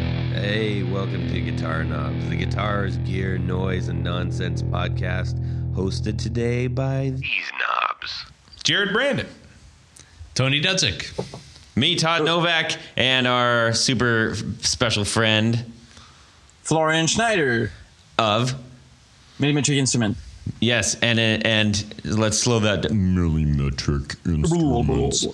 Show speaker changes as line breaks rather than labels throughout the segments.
Hey, welcome to Guitar Knobs, the guitars, gear, noise, and nonsense podcast, hosted today by these knobs.
Jared Brandon.
Tony Dudzik.
Me, Todd Novak, and our super special friend
Florian Schneider,
of
millimetric instrument.
yes, and and let's slow that. down.
millimetric instruments.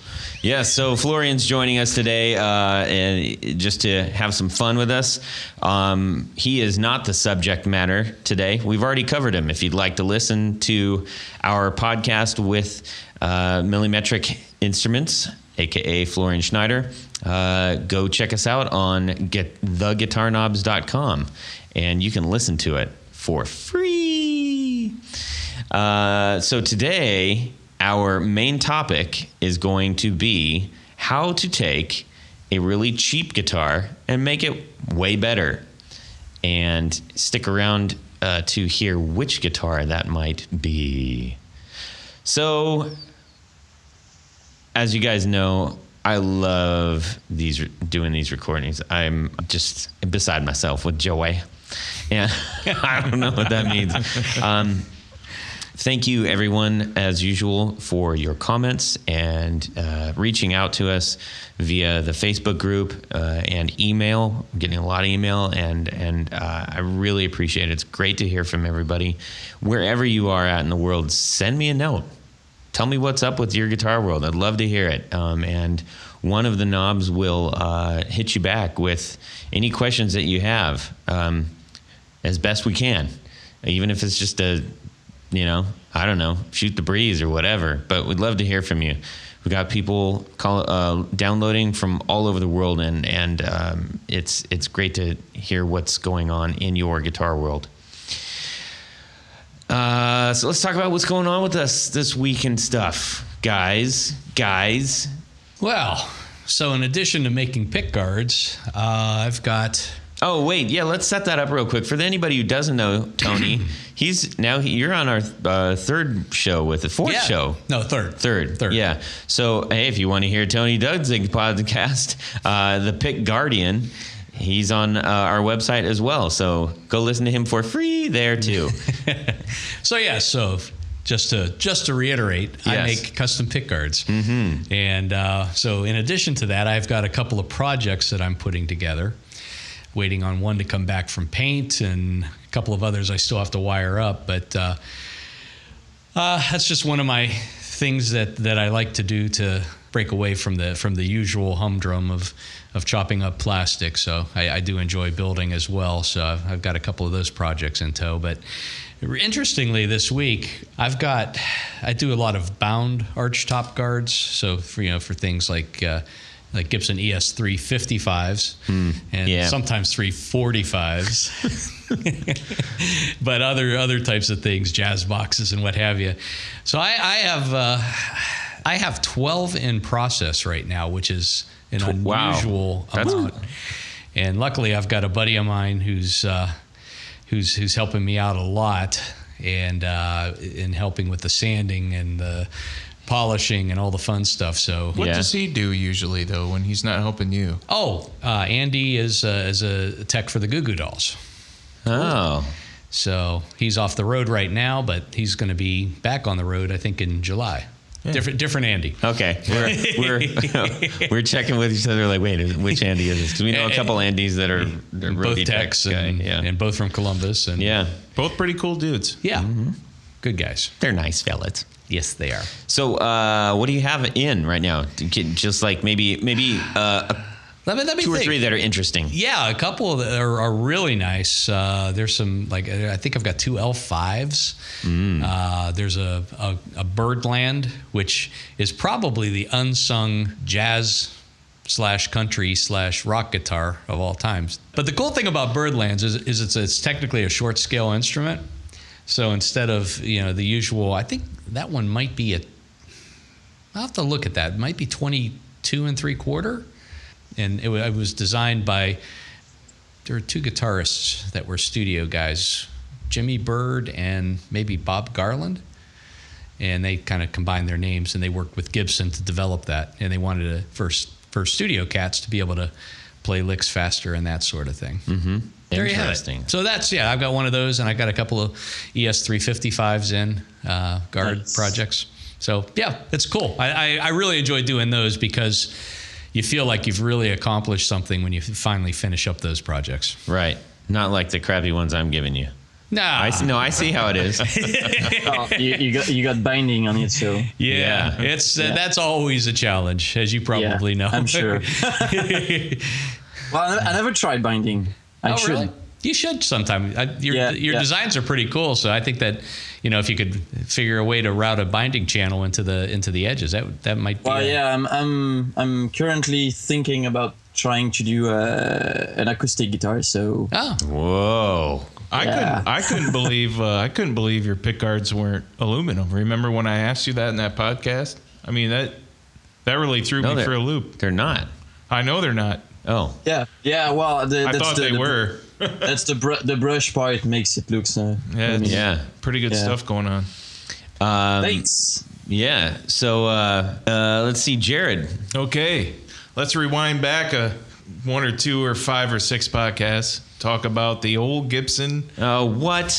Yes, so Florian's joining us today, uh, and just to have some fun with us. Um, he is not the subject matter today. We've already covered him. If you'd like to listen to our podcast with uh, Millimetric Instruments, aka Florian Schneider, uh, go check us out on get theguitarknobs.com, and you can listen to it for free. Uh, so today, our main topic is going to be how to take a really cheap guitar and make it way better. And stick around uh, to hear which guitar that might be. So, as you guys know, I love these doing these recordings. I'm just beside myself with joy. And I don't know what that means. Um, thank you, everyone, as usual, for your comments and uh, reaching out to us via the Facebook group uh, and email. I'm getting a lot of email, and and uh, I really appreciate it. It's great to hear from everybody, wherever you are at in the world. Send me a note tell me what's up with your guitar world. I'd love to hear it. Um, and one of the knobs will uh, hit you back with any questions that you have um, as best we can, even if it's just a, you know, I don't know, shoot the breeze or whatever. But we'd love to hear from you. We got people call, uh, downloading from all over the world, and and um, it's it's great to hear what's going on in your guitar world. Uh, so let's talk about what's going on with us this week and stuff, guys. Guys,
Well, so in addition to making pick guards, uh, I've got
oh wait, yeah, let's set that up real quick for anybody who doesn't know Tony. he's now he, you're on our uh, third show with the fourth
Yeah.
show.
No, third.
Third,
Third.
yeah. So, hey, if you want to hear Tony Dudzig's podcast, uh, the Pick Guardian, he's on uh, our website as well. So go listen to him for free there too.
So yeah, so just to just to reiterate, I
Yes.
make custom pick guards, mm-hmm. and uh, so in addition to that, I've got a couple of projects that I'm putting together. Waiting on one to come back from paint, and a couple of others I still have to wire up, but. Uh, Uh, that's just one of my things that, that I like to do to break away from the from the usual humdrum of of chopping up plastic. So I, I do enjoy building as well. So I've, I've got a couple of those projects in tow. But interestingly, this week I've got I do a lot of bound archtop guards. So for, you know for things like. Uh, like Gibson E ES 355s and
yeah.
sometimes 345s but other other types of things, jazz boxes and what have you. So I, I have uh, I have twelve in process right now, which is an
wow.
unusual
That's-
amount. And luckily, I've got a buddy of mine who's uh, who's who's helping me out a lot and uh, in helping with the sanding and the polishing and all the fun stuff. So
What
Yeah.
does he do usually though when he's not helping you?
oh, uh, Andy is uh, is a tech for the Goo Goo Dolls.
oh,
So he's off the road right now, but he's going to be back on the road, I think, in July. Different, different Andy.
Okay, we're we're, we're checking with each other. Like, wait, which Andy is this? Because we know a couple Andys that are are
both
roadie
techs
guy.
and,
yeah,
and both from Columbus. And
yeah, Mm-hmm.
Both pretty cool dudes.
yeah, good guys.
they're nice fellas.
Yes, they are.
So, uh, what do you have in right now? You can- Just like maybe maybe uh,
Let me, let me
two or
think.
three that are interesting.
Yeah, a couple of the- are, are really nice. Uh, there's some like I think I've got two L5s. Uh, there's a, a a Birdland, which is probably the unsung jazz slash country slash rock guitar of all times. But the cool thing about Birdlands is is it's it's technically a short scale instrument. So instead of you know the usual, I think that one might be a. I'll have to look at that. It might be 22 and three quarter and it, wa- it was designed by there were two guitarists that were studio guys jimmy bird and maybe bob garland and they kind of combined their names and they worked with gibson to develop that and they wanted a first first studio cats to be able to play licks faster and that sort of thing. There you have it.
Interesting.
So that's yeah, I've got one of those, and I got a couple of E ES355s in uh, guard
Nice.
projects. So yeah, it's cool. I, I, I really enjoy doing those because you feel like you've really accomplished something when you finally finish up those projects.
Right. Not like the crappy ones I'm giving you.
Nah,
I see, no, I see how it is.
Oh, you, you got you got binding on it, so
yeah,
Yeah.
it's uh, that's always a challenge, as you probably
Yeah,
know.
I'm sure. well, I, I never tried binding. I
Oh,
should.
really? You should sometime. I, your
Yeah,
your
yeah.
designs are pretty cool, so I think that you know if you could figure a way to route a binding channel into the into the edges, that would- that might. Be
Well,
a-
yeah, I'm I'm I'm currently thinking about trying to do uh, an acoustic guitar. So
Oh,
Whoa.
I
Yeah.
couldn't. I couldn't believe. Uh, I couldn't believe your pick guards weren't aluminum. Remember when I asked you that in that podcast? I mean that that really threw
No,
me
they're-
for a loop.
They're not.
I know they're not.
Oh.
yeah, yeah. Well, the,
I
that's
thought
the,
they
the-
were.
That's the br- the brush part makes it looks. Uh,
Yeah, it's
Yeah.
pretty good
Yeah.
stuff going on.
Um,
Thanks.
yeah. So uh, uh, let's see, Jared.
Okay, let's rewind back a one or two or five or six podcasts. Talk about the old Gibson
Uh, what?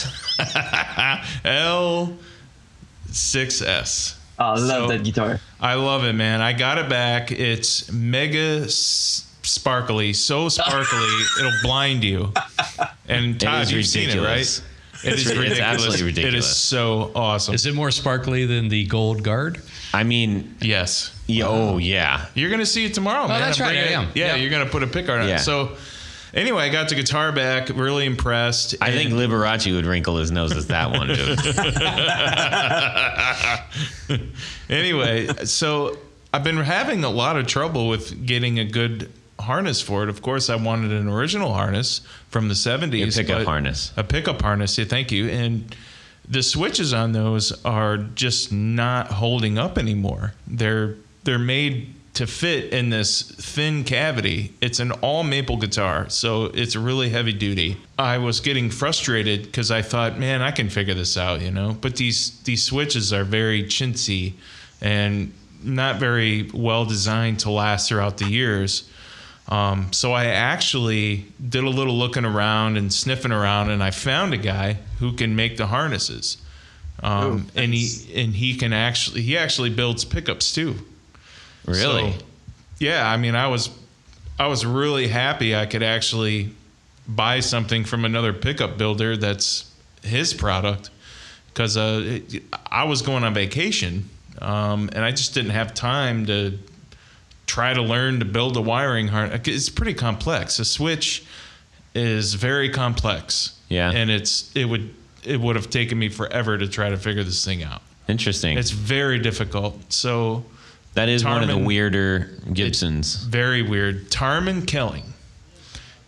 L6S.
Oh, I love
So-
that guitar.
I love it, man. I got it back. It's mega s- sparkly, so sparkly it'll blind you. And Todd,
is
you've seen it,
ridiculous.
right? It is
It's ri- it's absolutely
It is
ridiculous.
so awesome.
is it more sparkly than the gold guard?
I mean,
yes.
yeah, oh yeah.
You're gonna see it tomorrow, man.
Oh, that's
I'm
right,
bringing
I
it-
am.
Yeah,
Yep.
you're gonna put a pick on
Yeah.
it. So, anyway, I got the guitar back. Really impressed.
I think
and-
Liberace would wrinkle his nose at that one. Dude.
anyway, so I've been having a lot of trouble with getting a good harness for it. Of course, I wanted an original harness from the 70s.
Your pickup
but-
harness.
A pickup harness, yeah, thank you. And the switches on those are just not holding up anymore. They're they're made to fit in this thin cavity. It's an all maple guitar, so it's really heavy duty. I was getting frustrated because I thought, man, I can figure this out, you know. But these these switches are very chintzy and not very well designed to last throughout the years. Um, so I actually did a little looking around and sniffing around, and I found a guy who can make the harnesses. Um,
Oh,
and
nice.
he and he can actually he actually builds pickups too.
Really?
So, yeah, I mean, I was I was really happy I could actually buy something from another pickup builder that's his product because uh, it- I was going on vacation um, and I just didn't have time to try to learn to build a wiring harness. It's pretty complex. A switch is very complex.
Yeah.
and it's it would it would have taken me forever to try to figure this thing out.
Interesting.
It's very difficult. So
that is one of the
Tarman-
weirder Gibsons.
very weird. Tarman Kelling.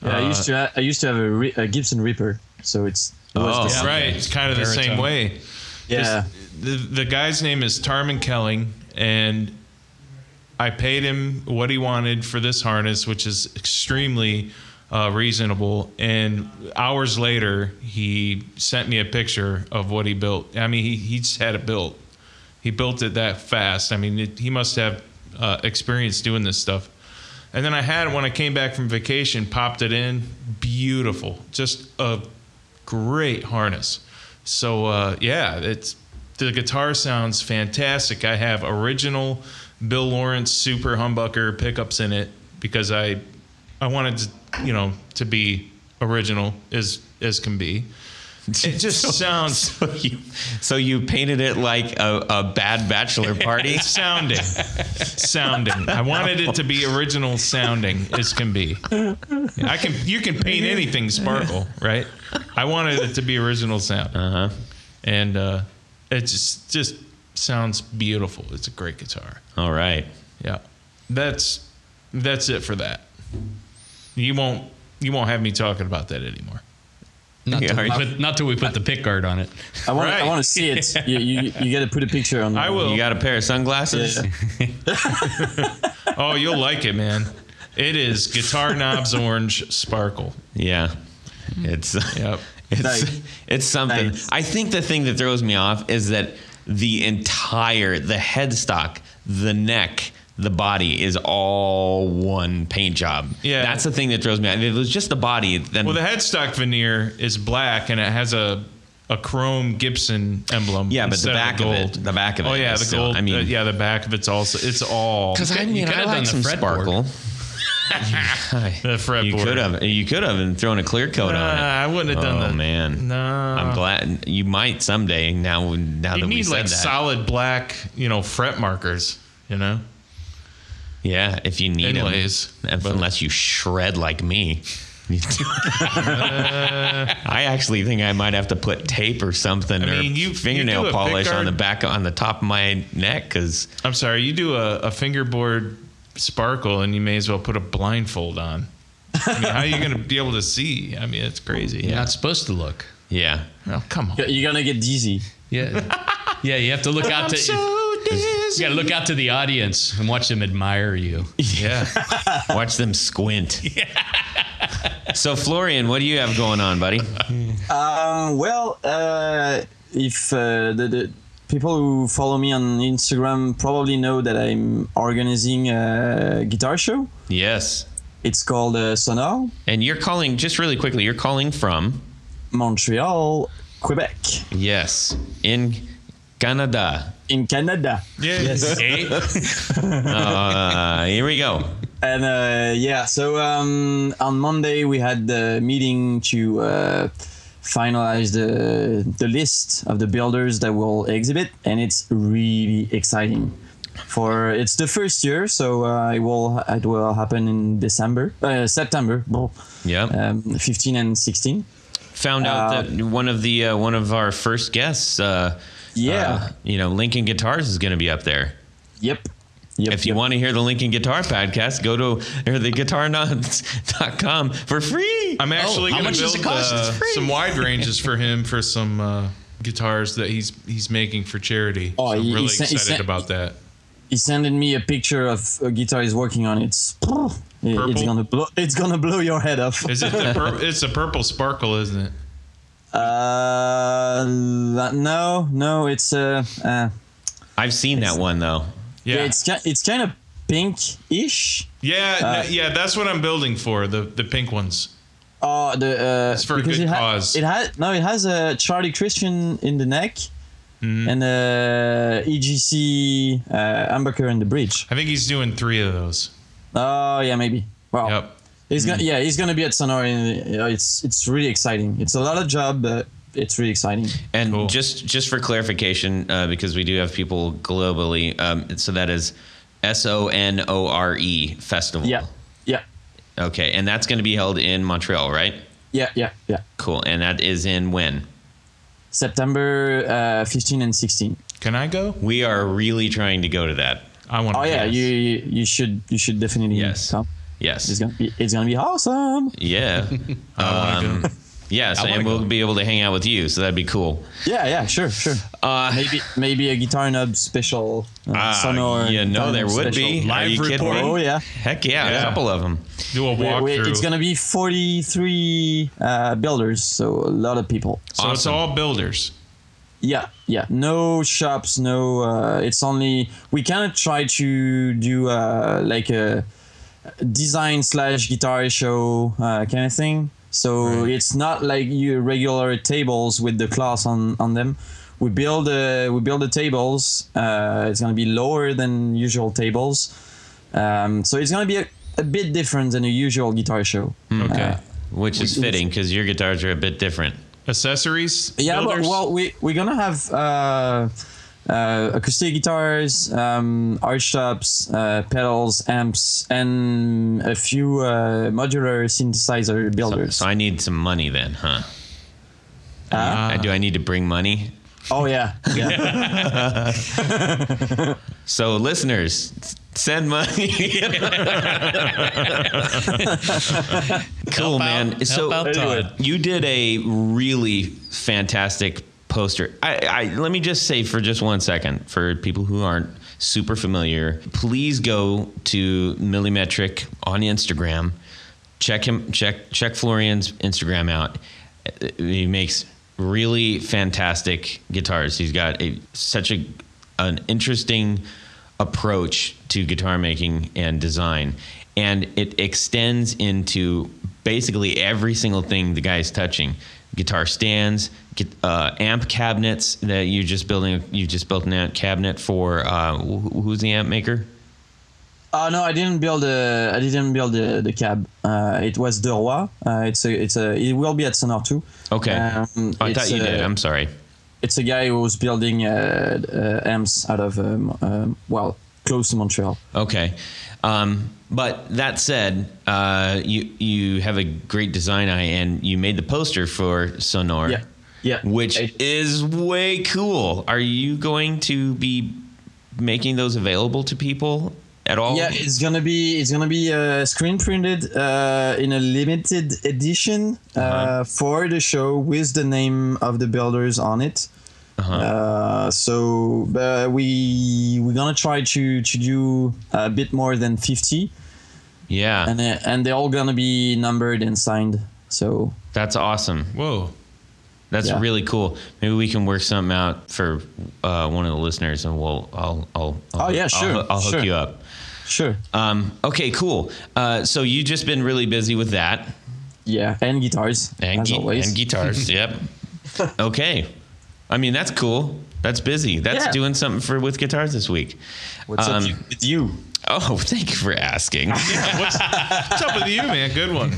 Yeah, I used to ha- I used to have a, re- a Gibson Reaper, so it's it was
Oh,
the
That's
same.
right. It's kind of the same
Baritone.
way.
yeah.
Just- The, the guy's name is Tarman Kelling, and I paid him what he wanted for this harness, which is extremely uh, reasonable. And hours later, he sent me a picture of what he built. I mean, he, he just had it built. He built it that fast. I mean, it, he must have uh, experience doing this stuff. And then I had it when I came back from vacation, popped it in. Beautiful. Just a great harness. So, uh, yeah, it's the guitar sounds fantastic. I have original Bill Lawrence Super Humbucker pickups in it because I I wanted to, you know, to be original as as can be. It just sounds
So you, so you painted it like a, a bad bachelor party.
sounding sounding i wanted it to be original sounding as can be i can you can paint anything sparkle right i wanted it to be original sound uh-huh and uh it just just sounds beautiful it's a great guitar
All right.
yeah that's that's it for that you won't you won't have me talking about that anymore
Not, till, we
Yeah.
put, not till we put the pick guard on it.
I want
Right.
I want to see it. You you, you got to put a picture on.
i will
You got a pair of sunglasses?
Yeah.
oh you'll like it man it is guitar knobs orange sparkle
Yeah. It's
Yep.
it's
Nice.
it's something.
Nice.
I think the thing that throws me off is that the entire the headstock, the neck, the body is all one paint job.
Yeah.
that's the thing that throws me. out. If it was just the body, then
Well, the headstock veneer is black and it has a a chrome Gibson emblem.
Yeah, but the
instead
back of
gold.
it- the back of
Oh
it
yeah,
is
the
still-
gold.
I mean-
uh, yeah, the back of it's also it's all.
because I
could- you
mean,
could
I
have done
like some
the fretboard.
sparkle.
The fretboard. Uh,
You could have, you could have, and thrown a clear coat
Nah,
on it.
I wouldn't have done
oh
that.
man,
No.
I'm glad you might someday. Now, now
You
that we
need
said
like
that,
solid black, you know, fret markers. You know.
yeah, if you need 'em.
Anyways,
If- unless you shred like me. I actually think I might have to put tape or something,
mean,
or
you- you
fingernail
do a
polish on
pickguard-
the back on the top of my neck because
I'm sorry. You do a, a fingerboard sparkle, and you may as well put a blindfold on. I mean, how are you going to be able to see? I mean, it's crazy.
You're not supposed to look.
yeah,
Oh, come on.
You're gonna get dizzy.
Yeah. yeah, you have to look out to you gotta look out to the audience and watch them admire you.
Yeah.
watch them squint. so Florian, what do you have going on, buddy?
Um, well, uh, if uh, the, the people who follow me on Instagram probably know that I'm organizing a guitar show.
Yes,
It's called uh, Sonar
and you're calling just really quickly. You're calling from
Montreal, Quebec,
yes in Canada.
in Canada.
Yes.
Uh, here we go.
And uh, yeah, so um, on Monday we had the meeting to uh, finalize the the list of the builders that will exhibit, and it's really exciting. For it's the first year, so uh, it will it will happen in December, uh, September, well,
Yep.
um, 15 and 16.
found out
Uh,
that one of the uh, one of our first guests uh
Yeah.
uh, you know lincoln guitars is going to be up there
Yep. Yep.
if you
yep.
want to hear the lincoln guitar podcast go to or the guitarnuts.com for free
I'm actually
Oh, how
going
much
to
does it
build
cost?
uh,
It's free.
some wide ranges for him for some uh, guitars that he's he's making for charity.
Oh,
so I'm
he-
really
he sent- he
excited
sent-
about that.
he sending me a picture of a guitar he's working on. It's it's
Purple?
gonna blow it's gonna blow your head off.
Is it the pur- it's a purple sparkle, isn't it?
Uh, that- no, no, it's uh, uh
i've seen that one though
Yeah. Yeah,
it's ki- it's kind of pink-ish. Uh,
no, yeah, that's what I'm building for, the the pink ones.
Oh, the uh,
It's for a
because
good
it ha-
cause.
It has no, it has a Charlie Christian in the neck
Mm-hmm.
and uh EGC uh, Amber in the bridge.
I think he's doing 3 of those.
Oh yeah, maybe. Wow.
Yep. Mm-hmm.
He's gonna yeah, he's gonna be at Sonora. And, uh, it's it's really exciting. It's a lot of job, but it's really exciting.
and just just for clarification uh, because we do have people globally um, so that is s-o-n-o-r-e E festival
Yeah, yeah,
okay and that's going to be held in montreal right
yeah, yeah, yeah.
cool and that is in when
September uh, 15 and 16.
Can I go?
we are really trying to go to that
I want to
Oh yeah, you you you should you should definitely
Yes.
come.
yes
It's gonna be it's gonna be awesome.
Yeah. um, yeah, so,
wanna
and we'll
go.
be able to hang out with you, so that'd be cool.
Yeah, yeah, sure, sure.
Uh,
Maybe maybe a guitar nub special. Uh,
Ah,
Sonor
you
guitar
know
nub
there would be.
special.
Are you kidding me?
Oh yeah.
Heck yeah, a
Yeah.
couple of them.
do a
We-
walkthrough.
we- it's gonna be 43 uh, builders, so a lot of people.
so Oh, it's
awesome.
all builders.
Yeah, yeah. No shops, no. Uh, it's only we kind of try to do uh, like a design slash guitar show uh, kind of thing. So it's not like your regular tables with the class on on them. We build uh, we build the tables. Uh, it's gonna be lower than usual tables. Um, so it's gonna be a, a bit different than a usual guitar show.
Okay.
Uh.
Which is fitting because your guitars are a bit different.
Accessories?
Yeah, but,
builders?
well, we we're gonna have uh, uh, acoustic guitars, um, arch tops, uh, pedals, amps, and a few uh, modular synthesizer builders.
So I need some money then, huh? Uh, do I need to bring money?
Oh yeah, yeah.
So, listeners, s- send money. cool, man.
Help
so,
out Todd.
You did a really fantastic poster. I, I let me just say for just one second for people who aren't super familiar, please go to Millimetric on Instagram. Check him check check Florian's Instagram out. Uh, He makes really fantastic guitars. He's got a, such a an interesting approach to guitar making and design. And it extends into basically every single thing the guy's touching guitar stands, get, uh, amp cabinets that you're just building. You just built an amp cabinet for uh, wh- who's the amp maker?
Oh no, I didn't build a. I didn't build the, the cab. Uh, it was De Roy. Uh, it's a. It's a. It will be at Sonar too.
Okay. Oh,
Um,
I
it's
thought you
a-
did. I'm sorry.
It's a guy who was building uh, uh, amps out of um, um, well, close to Montreal.
Okay. Um, but that said, uh, you you have a great design eye, and you made the poster for Sonor,
Yeah. Yeah.
which
I-
is way cool. Are you going to be making those available to people at all?
Yeah, it's gonna be it's gonna be uh, screen printed uh, in a limited edition uh,
Uh-huh.
for the show with the name of the builders on it.
Uh-huh.
uh so uh, we we're gonna try to to do a bit more than fifty,
Uh-huh. Yeah,
and uh, and they're all gonna be numbered and signed. So
that's awesome.
Whoa.
That's
Yeah.
really cool. Maybe we can work something out for uh, one of the listeners, and we'll I'll I'll, I'll
Oh, yeah,
I'll-
sure,
I'll, hook
sure.
you up.
sure,
Um, okay, cool. Uh, so you just been really busy with that.
yeah, and guitars
and,
as
gui-
always.
and guitars. yep. Okay. I mean, that's cool. That's busy. That's
Yeah.
doing something for with guitars this week.
What's
um,
up you- with you?
Oh, thank you for asking.
What's up with you, man? Good one.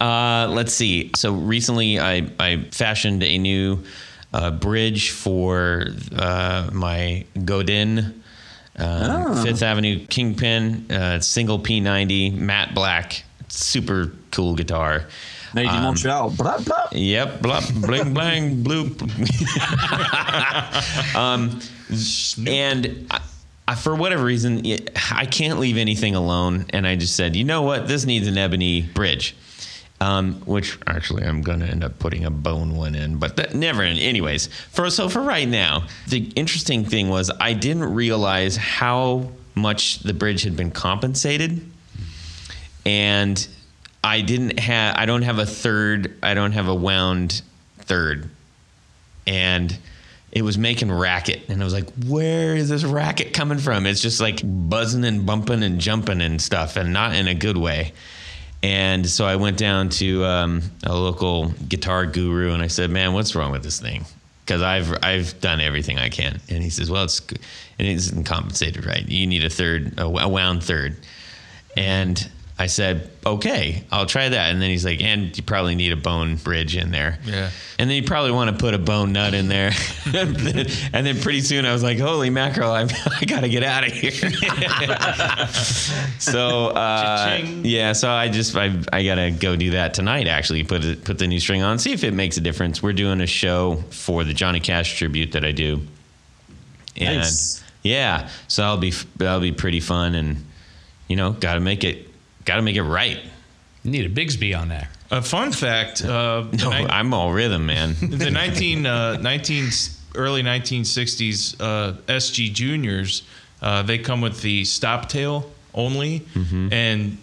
Uh, let's see. So recently, I I fashioned a new uh, bridge for uh, my Godin. Um,
Oh.
Fifth Avenue Kingpin, uh, single P90, matte black, super cool guitar.
Made
um,
in Montreal. Blah, blah.
Yep, blah, bling, blang, bloop. Um, And I, I, for whatever reason, y- I can't leave anything alone. And I just said, you know what? This needs an ebony bridge. Um, which actually I'm gonna end up putting a bone one in, but that never. Anyways, for so for right now, the interesting thing was I didn't realize how much the bridge had been compensated, and I didn't have I don't have a third I don't have a wound third and it was making racket and i was like where is this racket coming from it's just like buzzing and bumping and jumping and stuff and not in a good way and so i went down to um, a local guitar guru and i said man what's wrong with this thing because I've I've done everything I can, and he says, "Well, it's and it's compensated, right? You need a third, a wound third. And I said, okay, I'll try that. And then he's like, and you probably need a bone bridge in there.
Yeah.
And then you probably want to put a bone nut in there. and then pretty soon I was like, holy mackerel, I'm, I got to get out of here. so, uh,
Cha-ching.
yeah, so I just, I, I got to go do that tonight, actually, put, it, put the new string on, see if it makes a difference. We're doing a show for the Johnny Cash tribute that I do and
Nice.
yeah, so that'll be that'll be pretty fun, and you know, gotta make it gotta make it right.
You need a Bigsby on there.
A fun fact. Uh,
No,
I-
I'm all rhythm, man.
the 19, uh, 19 early 1960s uh, SG Juniors, uh, they come with the stop tail only, and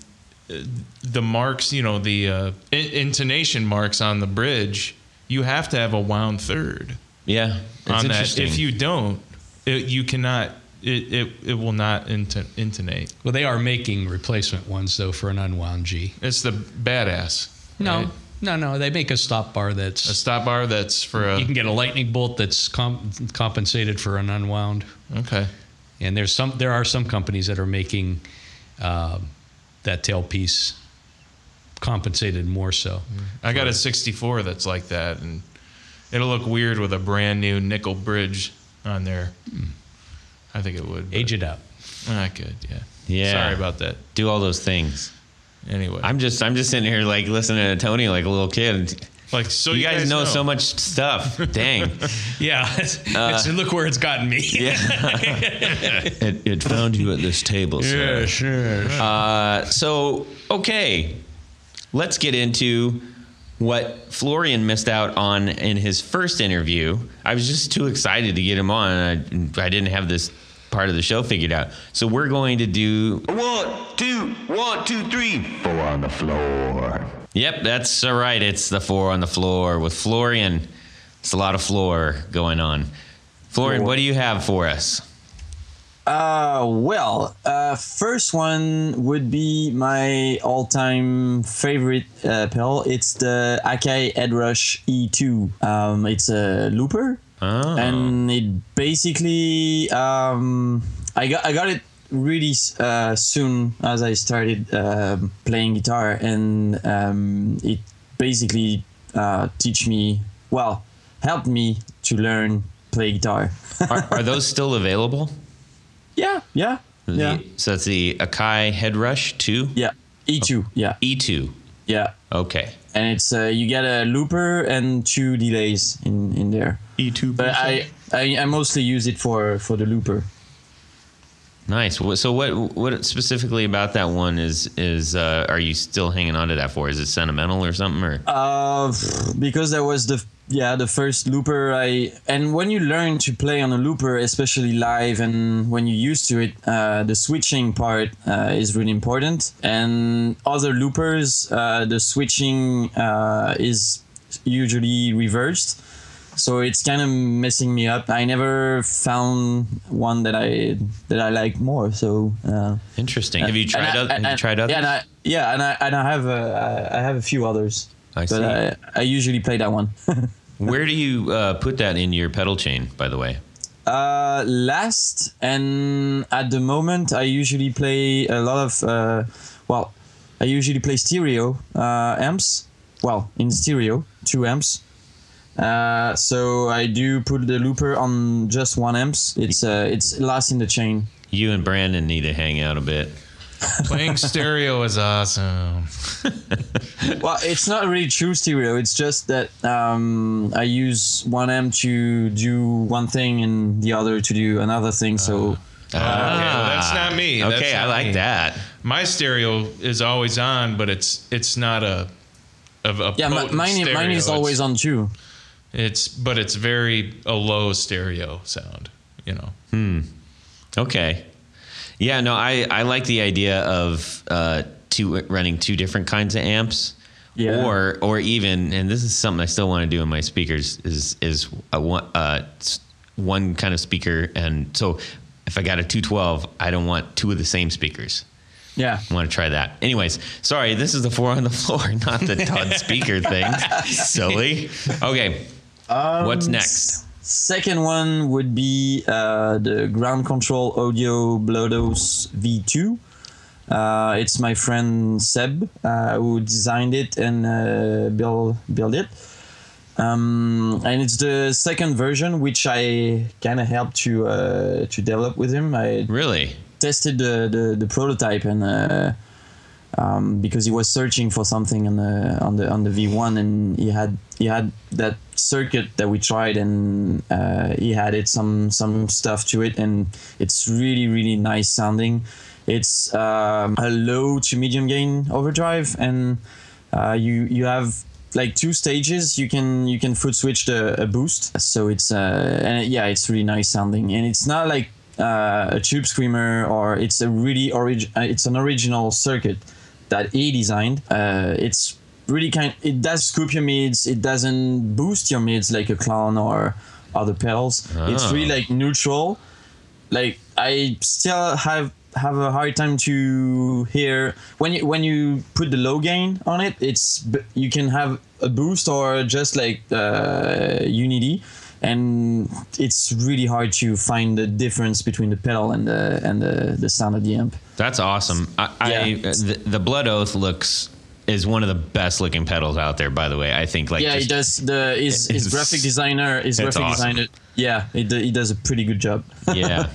uh, the marks, you know, the uh, in- intonation marks on the bridge. You have to have a wound third
yeah, it's
on that.
interesting.
If you don't, it, you cannot. It, it, it will not into intonate.
Well, they are making replacement ones though for an unwound G.
It's the badass.
No,
right?
no, no. They make a stop bar
a
that's uh,
stop bar that's for
you
a
can get a lightning bolt that's com- compensated for an unwound.
okay.
And there's some there are some companies that are making uh, that tailpiece compensated more so.
I got a 64 that's like that, and it'll look weird with a brand new nickel bridge on there. I think it would. but-
Age it out.
I could, yeah.
Yeah.
Sorry about that.
do all those things,
Anyway,
I'm just I'm just sitting here like listening to Tony like a little kid.
like so.
You, guys, know, so much stuff. Dang,
Yeah,
Uh,
it's, look where it's gotten me.
it, it found you at this table, sir.
sure.
Uh, so okay, let's get into what Florian missed out on in his first interview. I was just too excited to get him on. and I, I didn't have this part of the show figured out. So we're going to do.
One, two, one, two, three. Four on the floor.
Yep, that's all right. It's the four on the floor with Florian. It's a lot of floor going on. Florian, what do you have for us?
Uh, well, uh, first one would be my all-time favorite uh, pedal. It's the Akai Headrush E2. Um, it's a looper,
Oh.
and it basically um, I got I got it really uh, soon as I started um playing guitar, and um, it basically uh, teach me well, helped me to learn play guitar.
are, are those still available?
yeah, yeah,
The-
yeah,
So that's the Akai Head Rush 2?
yeah. E2, yeah,
E2.
yeah.
Okay.
and it's uh, you get a looper and two delays in in there.
E2.
But I, I I mostly use it for for the looper.
Nice. Wh- So what what specifically about that one is is uh, are you still hanging on to that for? Is it sentimental or something or
Uh, because that was the yeah the first looper I and when you learn to play on a looper, especially live, and when you're used to it, uh, the switching part uh, is really important. And other loopers, uh, the switching uh, is usually reversed. So it's kind of messing me up. I never found one that I that I like more. So uh,
interesting? Have you
and
tried
I-
oth- have you
and-
tried others?
Yeah, and I, yeah, and I and I have uh, I I have a few others.
I see.
But I, I usually play that one.
Where do you uh, put that in your pedal chain? By the way,
uh, last and at the moment, I usually play a lot of uh, well, I usually play stereo uh, amps. Well, in stereo, two amps. Uh, so I do put the looper on just one amps. It's uh, it's last in the chain.
you and Brandon need to hang out a bit.
Playing stereo is awesome.
well, it's not really true stereo. It's just that um, I use one amp to do one thing and the other to do another thing.
Uh,
So
Oh, okay, well, that's
Ah.
not me. That's
Okay, I
not
like
me.
that.
My stereo is always on, but it's it's not a. Of a
yeah, mi-
potent
mine
stereo.
mine is
It's-
always on too.
It's but it's very a low stereo sound. You know.
Okay. Yeah, no, I, I like the idea of uh, two running two different kinds of amps.
Yeah.
Or or even and this is something I still want to do in my speakers is is I want uh, s- one kind of speaker and so if I got a 212 I don't want two of the same speakers.
Yeah.
I want to try that. Anyways, sorry, this is the four on the floor, not the Todd speaker thing. Silly. Okay. What's next?
Second one would be uh, the ground control audio Blodos V2. Uh, it's my friend Seb uh, who designed it and uh, built built it. Um, and it's the second version which I kind of helped to uh, to develop with him. I
Really?
tested the, the, the prototype and uh, um, because he was searching for something on the on the on the V1 and he had he had that circuit that we tried and uh, he added some some stuff to it and it's really really nice sounding. It's um, a low to medium gain overdrive and uh, you you have like two stages you can you can foot switch the a boost so it's uh and it- yeah it's really nice sounding and it's not like uh, a tube screamer or it's a really orig- uh, it's an original circuit that he designed uh, it's really kind it does scoop your mids it doesn't boost your mids like a clown or other pedals it's really like neutral like I still have have a hard time to hear when you when you put the low gain on it. It's b- you can have a boost or just like uh, unity, and it's really hard to find the difference between the pedal and the and the, the sound of the amp.
That's awesome. I, I
Yeah.
the, the Blood Oath looks is one of the best looking pedals out there. By the way, I think like
Yeah,
just-
he does the his,
It-
his
it's-
graphic designer his
it's
graphic
awesome.
designer. Yeah, he, do- he does a pretty good job.
yeah.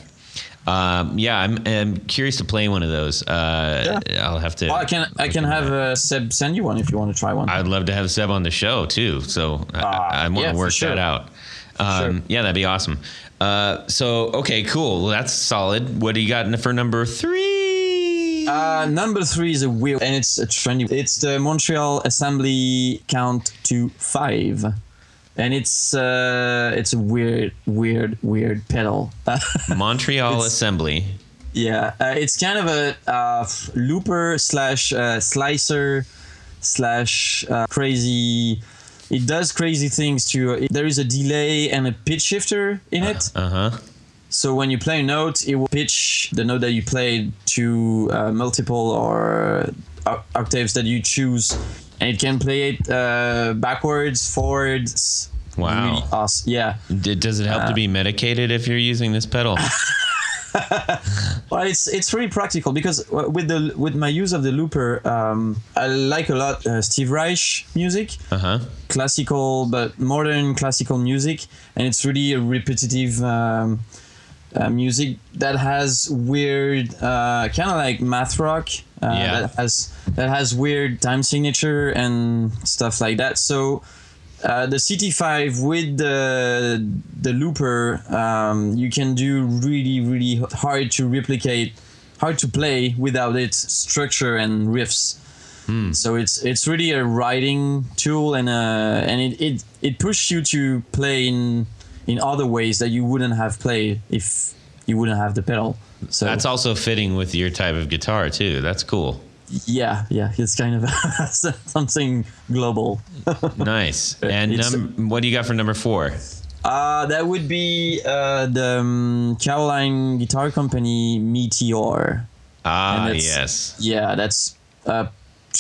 Um, yeah, I'm, I'm curious to play one of those. Uh, I'll have to.
Well, Oh, I can I
look
can
into
have
that.
uh, Seb send you one if you want to try one.
I'd love to have Seb on the show too. So I, I- I want
Ah, yeah,
to
for
work
sure.
that out. Um, Yeah, that'd be awesome. Uh, so okay, cool. Well, that's solid. What do you got for number three?
Uh, number three is a weird, and it's a trendy. It's the Montreal Assembly Count to Five, and it's uh, it's a weird, weird, weird pedal.
Montreal Assembly.
yeah, uh, it's kind of a uh, f- looper slash uh, slicer slash uh, crazy. uh, It does crazy things to. there is a delay and a pitch shifter in it.
Uh huh.
So when you play a note, it will pitch the note that you played to uh, multiple or o- octaves that you choose, and it can play it uh, backwards, forwards.
Wow.
Really awesome. Yeah.
D- does it help
Uh.
to be medicated if you're using this pedal?
Well, it's it's really practical because uh, with the with my use of the looper, um, I like a lot uh, Steve Reich music,
Uh huh.
classical but modern classical music, and it's really a repetitive um, uh, music that has weird, uh, kind of like math rock. Uh,
Yeah.
That has that has weird time signature and stuff like that. So. Uh, the CT5 with the the looper, um, you can do really really hard to replicate, hard to play without its structure and riffs. So it's it's really a writing tool and uh and it it it pushes you to play in in other ways that you wouldn't have played if you wouldn't have the pedal. So
That's also fitting with your type of guitar too. That's cool.
yeah, yeah, it's kind of something global.
Nice. And
It's-
num- what do you got for number four?
Uh, that would be uh, the um, Caroline Guitar Company Meteor.
Ah,
And it's-
yes.
Yeah, that's uh,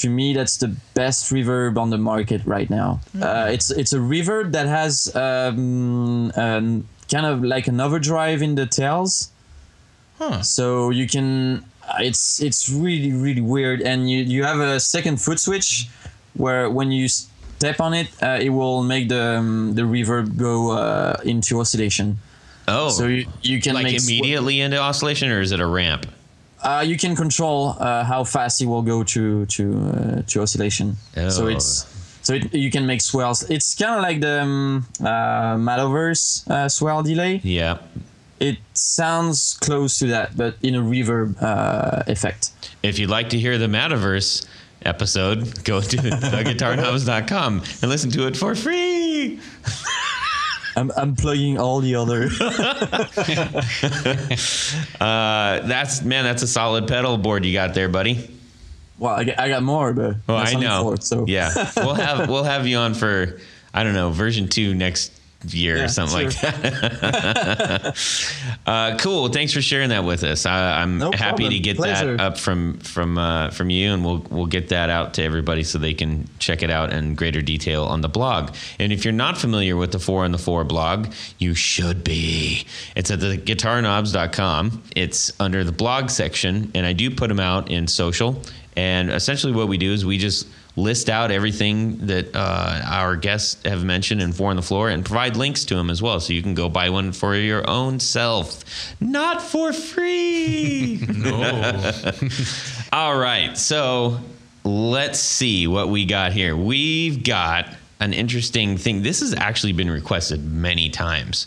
to me that's the best reverb on the market right now.
Mm.
Uh, it's it's a reverb that has um, an, kind of like an overdrive in the tails.
Huh.
So you can it's it's really really weird, and you you have a second foot switch where when you step on it, uh, it will make the um, the reverb go uh, into oscillation.
Oh,
So you, you can
like
make sw-
immediately into oscillation, or is it a ramp?
uh, you can control uh, how fast it will go to to uh, to oscillation. So
Oh.
it's so it, you can make swells. It's kind of like the um, uh, Maloverse uh, swell delay.
Yeah.
It sounds close to that, but in a reverb uh, effect.
If you'd like to hear the Metaverse episode, go to theguitarknobs.com and listen to it for free.
I'm, I'm plugging all the other.
Uh, that's man, that's a solid pedal board you got there, buddy.
well, I, got- I got more, but
Well,
that's
Oh, I
only
know.
four, so
Yeah, we'll have we'll have you on for I don't know version two next year
Yeah,
or something like
sure.
that. Uh, cool. Thanks for sharing that with us. I, I'm
No
happy
problem.
to get
Pleasure.
that up from from uh, from you, and we'll we'll get that out to everybody so they can check it out in greater detail on the blog. And if you're not familiar with the Four on the Four blog, you should be. It's at the guitarknobs.com. It's under the blog section, and I do put them out in social. And essentially, what we do is we just list out everything that uh, our guests have mentioned in Four on the Floor and provide links to them as well. So you can go buy one for your own self, not for free.
No.
All right. So let's see what we got here. We've got an interesting thing. This has actually been requested many times.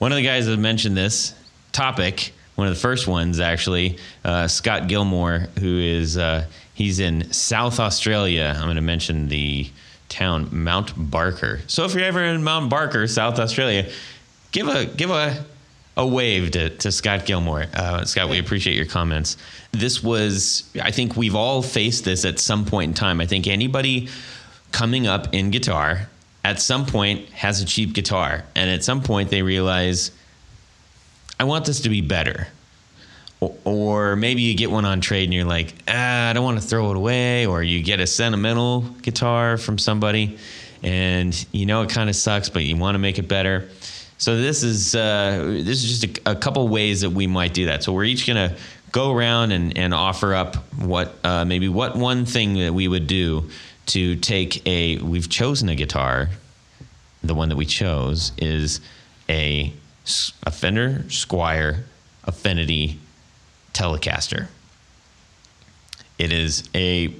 One of the guys that mentioned this topic, one of the first ones actually, uh, Scott Gilmore, who is uh, he's in South Australia. I'm going to mention the town Mount Barker. So if you're ever in Mount Barker, South Australia, give a give a a wave to, to Scott Gilmore. Uh, Scott, we appreciate your comments. This was, I think we've all faced this at some point in time. I think anybody coming up in guitar at some point has a cheap guitar. And at some point they realize, I want this to be better. O- Or maybe you get one on trade and you're like, ah, I don't want to throw it away. Or you get a sentimental guitar from somebody and you know it kind of sucks, but you want to make it better. So this is uh, this is just a, a couple ways that we might do that. So we're each gonna go around and, and offer up what uh, maybe what one thing that we would do to take a we've chosen a guitar the one that we chose is a, S- a Fender Squire Affinity Telecaster. It is a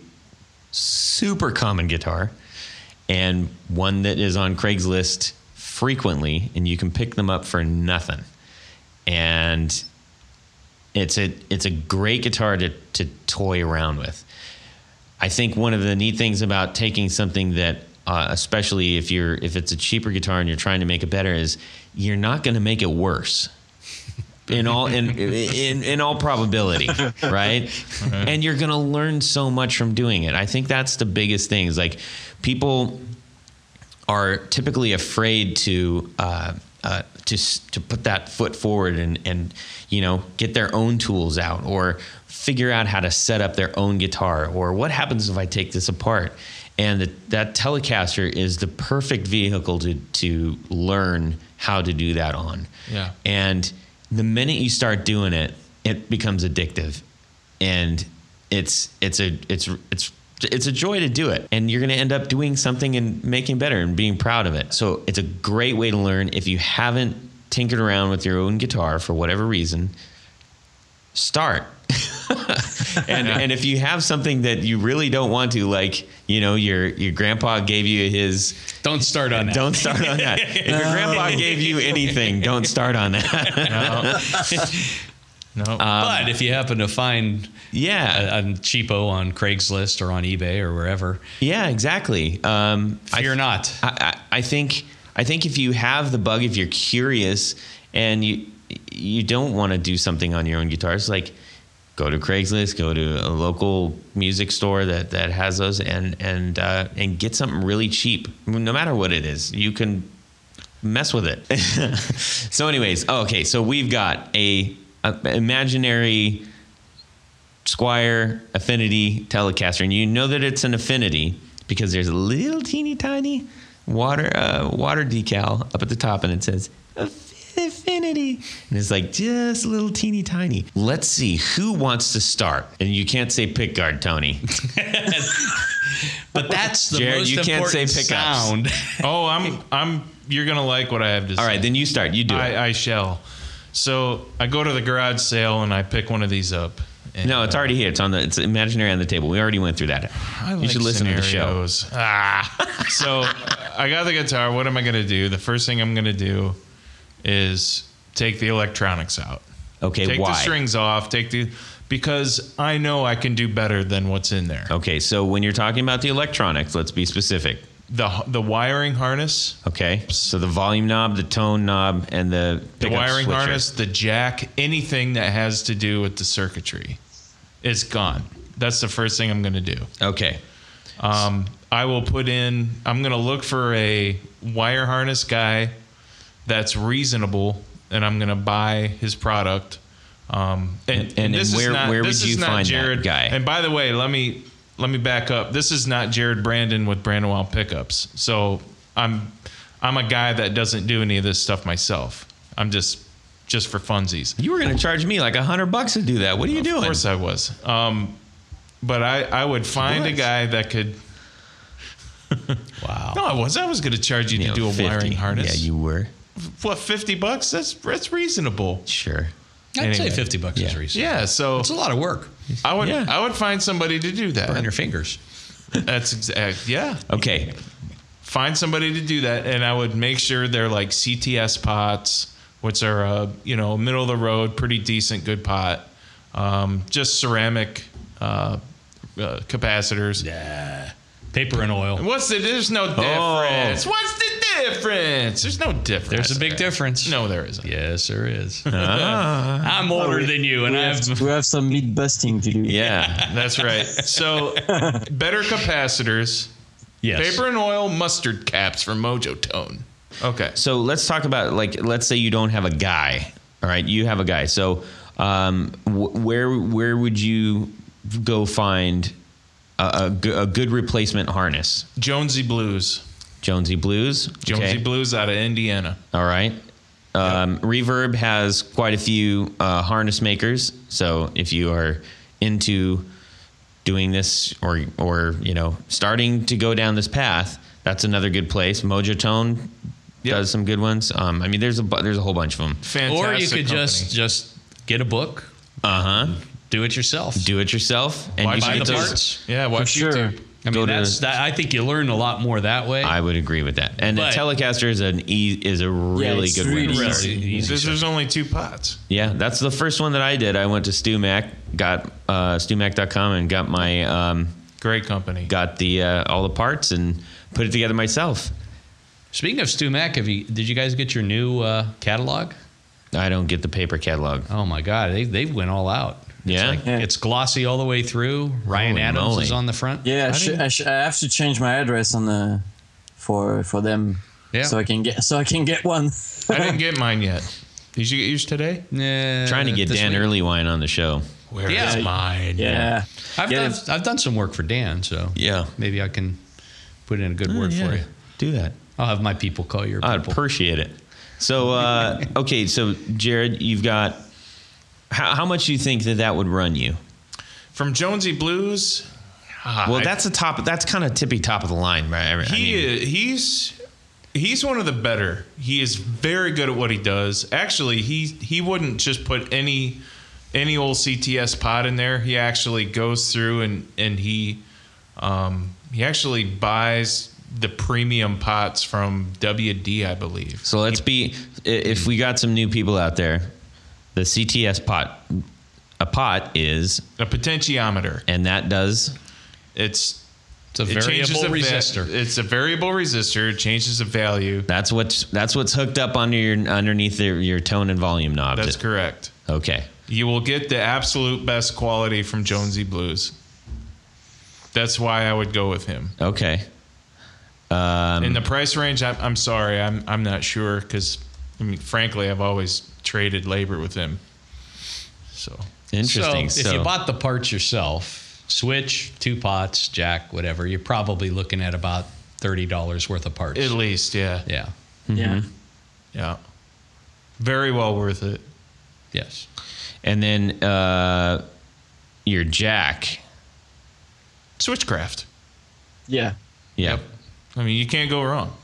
super common guitar and one that is on Craigslist frequently, and you can pick them up for nothing. And it's a it's a great guitar to, to toy around with. I think one of the neat things about taking something that, uh, especially if you're if it's a cheaper guitar and you're trying to make it better, is you're not going to make it worse. In all in, in in all probability, right? And you're going to learn so much from doing it. I think that's the biggest thing. Is like people are typically afraid to uh, uh, to s- to put that foot forward and and you know get their own tools out or figure out how to set up their own guitar or what happens if I take this apart. And that, that Telecaster is the perfect vehicle to to learn how to do that on.
Yeah.
And the minute you start doing it, it becomes addictive, and it's it's a it's it's it's a joy to do it and you're going to end up doing something and making better and being proud of it so it's a great way to learn if you haven't tinkered around with your own guitar for whatever reason start and and if you have something that you really don't want to like you know your your grandpa gave you his
Don't start on that.
don't start on that if your grandpa gave you anything don't start on that
No. Um,
but if you happen to find
yeah
a, a cheapo on Craigslist or on eBay or wherever,
Yeah, exactly. Um, I-
fear not.
I, I, I think I think if you have the bug, if you're curious and you you don't want to do something on your own guitars, like go to Craigslist, go to a local music store that that has those, and and uh, and get something really cheap. No matter what it is, you can mess with it. so, anyways, oh, okay. So we've got a, a imaginary. Squire Affinity Telecaster, and you know that it's an Affinity because there's a little teeny tiny water uh, water decal up at the top, and it says Affinity, and it's like just a little teeny tiny. Let's see who wants to start, and you can't say pickguard, Tony.
But that's the
Jared,
most
you can't
important
say pickups.
sound.
oh, I'm I'm you're gonna like what I have to say.
All right, then you start. You do it.
I, I shall. So I go to the garage sale and I pick one of these up. And,
no, it's
uh,
already here. It's on the. It's imaginary on the table. We already went through that.
I
you
like
should listen to
scenarios. Ah. so I got the guitar. What am I gonna do? The first thing I'm gonna do is take the electronics out.
the show. Okay,
take
why?
the strings off. Take the because I know I can do better than what's in there.
Okay, so when you're talking about the electronics, let's be specific.
The the wiring harness,
Okay. So the volume knob, the tone knob, and the
the
pickup
wiring
switcher.
harness, the jack, anything that has to do with the circuitry is gone. That's the first thing I'm going to do.
Okay.
Um, I will put in, I'm going to look for a wire harness guy that's reasonable and I'm going to buy his product. Um, and,
And- and
this is
where-
not,
where
this
would
is
you
not
find that
Jared,
guy?
And by the way, let me, let me back up. This is not Jared Brandon with Brandon Wild Pickups. So I'm, I'm a guy that doesn't do any of this stuff myself. I'm just, just for funsies.
You were going to charge me like a hundred bucks to do that. What are you doing?
Of course I was. Um, but I, I would find a
What?
guy that could.
Wow.
No, I was. I was going to charge you,
You
to
know,
do a
50.
wiring harness.
Yeah, you were.
what fifty bucks? That's that's reasonable.
Sure.
I'd say
Anyway.
50 bucks is reasonable.
Yeah. So
It's a lot of work.
I would
Yeah.
I would find somebody to do
Burn your
that.
fingers.
That's exact. Yeah.
Okay.
Find somebody to do that, and I would make sure they're like CTS pots, which are uh, you know middle of the road, pretty decent, good pot. Um, just ceramic uh, uh, capacitors.
Yeah. Uh, Oh. Paper and oil.
What's the? There's no difference. What's the difference? There's no difference.
There's a big difference.
No, there isn't.
Yes, there is. I'm older than you, and I've.
We have some meat busting to do.
Yeah.
That's right. So, better capacitors,
Yes.
paper and oil, mustard caps for Mojo Tone. Okay.
so let's talk about like let's say you don't have a guy. All right, you have a guy. So um, wh- where where would you go find a, a, go- a good replacement harness?
Jonesy Blues.
Jonesy Blues.
Jonesy
Okay.
Blues out of Indiana.
All right. Um, Reverb has quite a few uh, harness makers, so if you are into doing this or or you know starting to go down this path, that's another good place. Mojotone
Yep.
does some good ones. Um, I mean, there's a bu- there's a whole bunch of them.
Fantastic.
or you could
company.
just just get a book,
Uh huh.
do it yourself.
Do it yourself, and
Why
you
buy
should
the
just-
parts?
Yeah, watch
sure.
YouTube.
I
go
mean,
to-
that's that, I think you learn a lot more that way.
I would agree with that. And
But-
the Telecaster is an e- is a really
it's
good one.
really
Really
easy.
easy.
This was only two pots.
Yeah, that's the first one that I did. I went to Stu Mac, got uh, StuMac.com, and got my um,
Great company.
got the uh, all the parts and put it together myself.
Speaking of Stu Mac, have you, did you guys get your new uh, catalog?
I don't get the paper catalog.
Oh my God, they they went all out.
Yeah?
it's, like-
Yeah.
it's glossy all the way through. Ryan
Holy
Adams
moly.
is on the front.
Yeah, I, sh- I, sh- I have to change my address on the for for them.
Yeah.
So I can get so I can get one.
I didn't get mine yet. Did you get yours today?
Yeah,
Trying to get
this
Dan
week.
Earlywine on the show.
Where is
Yeah.
mine?
yeah.
I've
Yeah.
done I've done some work for Dan, so
Yeah.
maybe I can put in a good word for you.
Mm, Do that.
I'll have my people call your
I'd
people.
appreciate it. So, uh, okay, so Jared, you've got how, how much do you think that that would run you?
From Jonesy Blues. Ah,
Well,
I-
that's a top. That's kind of tippy top of the line, right? I mean,
he is, he's he's one of the better. He is very good at what he does. Actually, he he wouldn't just put any any old CTS pod in there. He actually goes through and and he um, he actually buys the premium pots from WD, I believe.
So let's be. i- If we got some new people out there, the CTS pot, a pot is,
A potentiometer.
and that does.
It's
It's a
it changes
variable
the va-
resistor.
it's a variable resistor. It changes the value.
That's what's that's what's hooked up under your underneath your, your tone and volume knob.
That's correct.
Okay.
You will get the absolute best quality from Jonesy Blues. That's why I would go with him.
Okay.
In the price range, I'm, I'm sorry, I'm I'm not sure because I mean, frankly, I've always traded labor with him. So
Interesting.
So,
So,
if you bought the parts yourself, switch, two pots, jack, whatever, you're probably looking at about thirty dollars worth of parts.
at least, yeah,
yeah.
Yeah.
Mm-hmm.
yeah, very well worth it.
Yes.
and then uh, your jack.
Switchcraft.
Yeah.
Yeah.
I mean, you can't go wrong.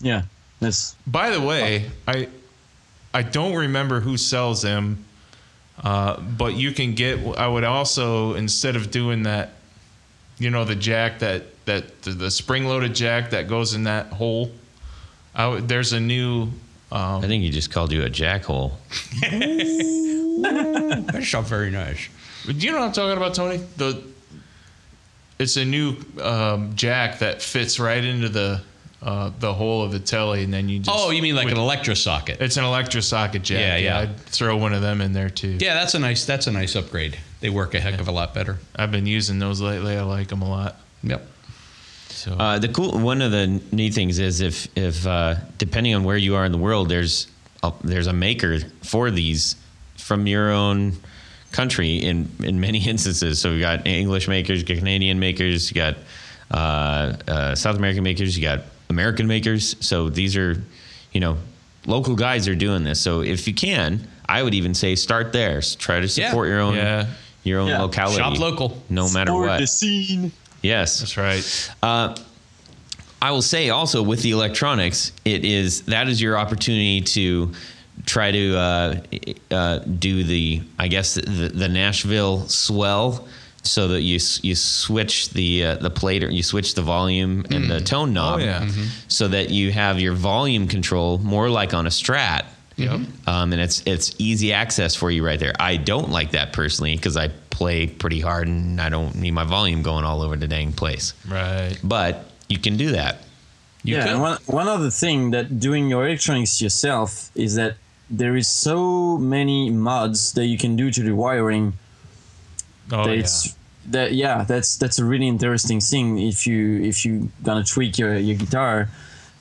Yeah. That's
By the way,
Oh.
I I don't remember who sells them, uh, but you can get. I would also instead of doing that, you know, the jack that that the, the spring loaded jack that goes in that hole. I would, there's a new.
I think he just called you a jackhole.
That's not very nice.
Do you know what I'm talking about, Tony? The it's a new um, jack that fits right into the uh, the hole of the telly, and then you just.
Oh, you mean like an electro socket?
It's an electro socket jack.
Yeah, yeah.
I'd throw one of them in there too.
yeah, that's a nice that's a nice upgrade. They work a heck of a lot better.
I've been using those lately. I like them a lot.
Yep.
So
Uh, the cool one of the neat things is if if uh, depending on where you are in the world, there's a, there's a maker for these from your own country in in many instances. So we got English makers, you got Canadian makers, you got uh, uh, South American makers, you got American makers. So these are you know local guys are doing this. So if you can, I would even say start there. S- Try to
Yeah.
support your own
Yeah.
your own
Yeah.
locality.
Shop local.
no matter
or
what.
the scene.
yes,
that's right.
I will say also with the electronics, it is that is your opportunity to try to uh, uh, do the I guess the, the Nashville swell, so that you s- you switch the uh, the plate or you switch the volume and the tone knob,
yeah.
so that you have your volume control more like on a Strat. Um, and it's it's easy access for you right there. I don't like that personally because I play pretty hard and I don't need my volume going all over the dang place.
Right.
But you can do that.
yeah, and one, one other thing that doing your electronics yourself is that there is so many mods that you can do to the wiring
Oh,
that
yeah.
it's that yeah that's that's a really interesting thing if you if you gonna tweak your, your guitar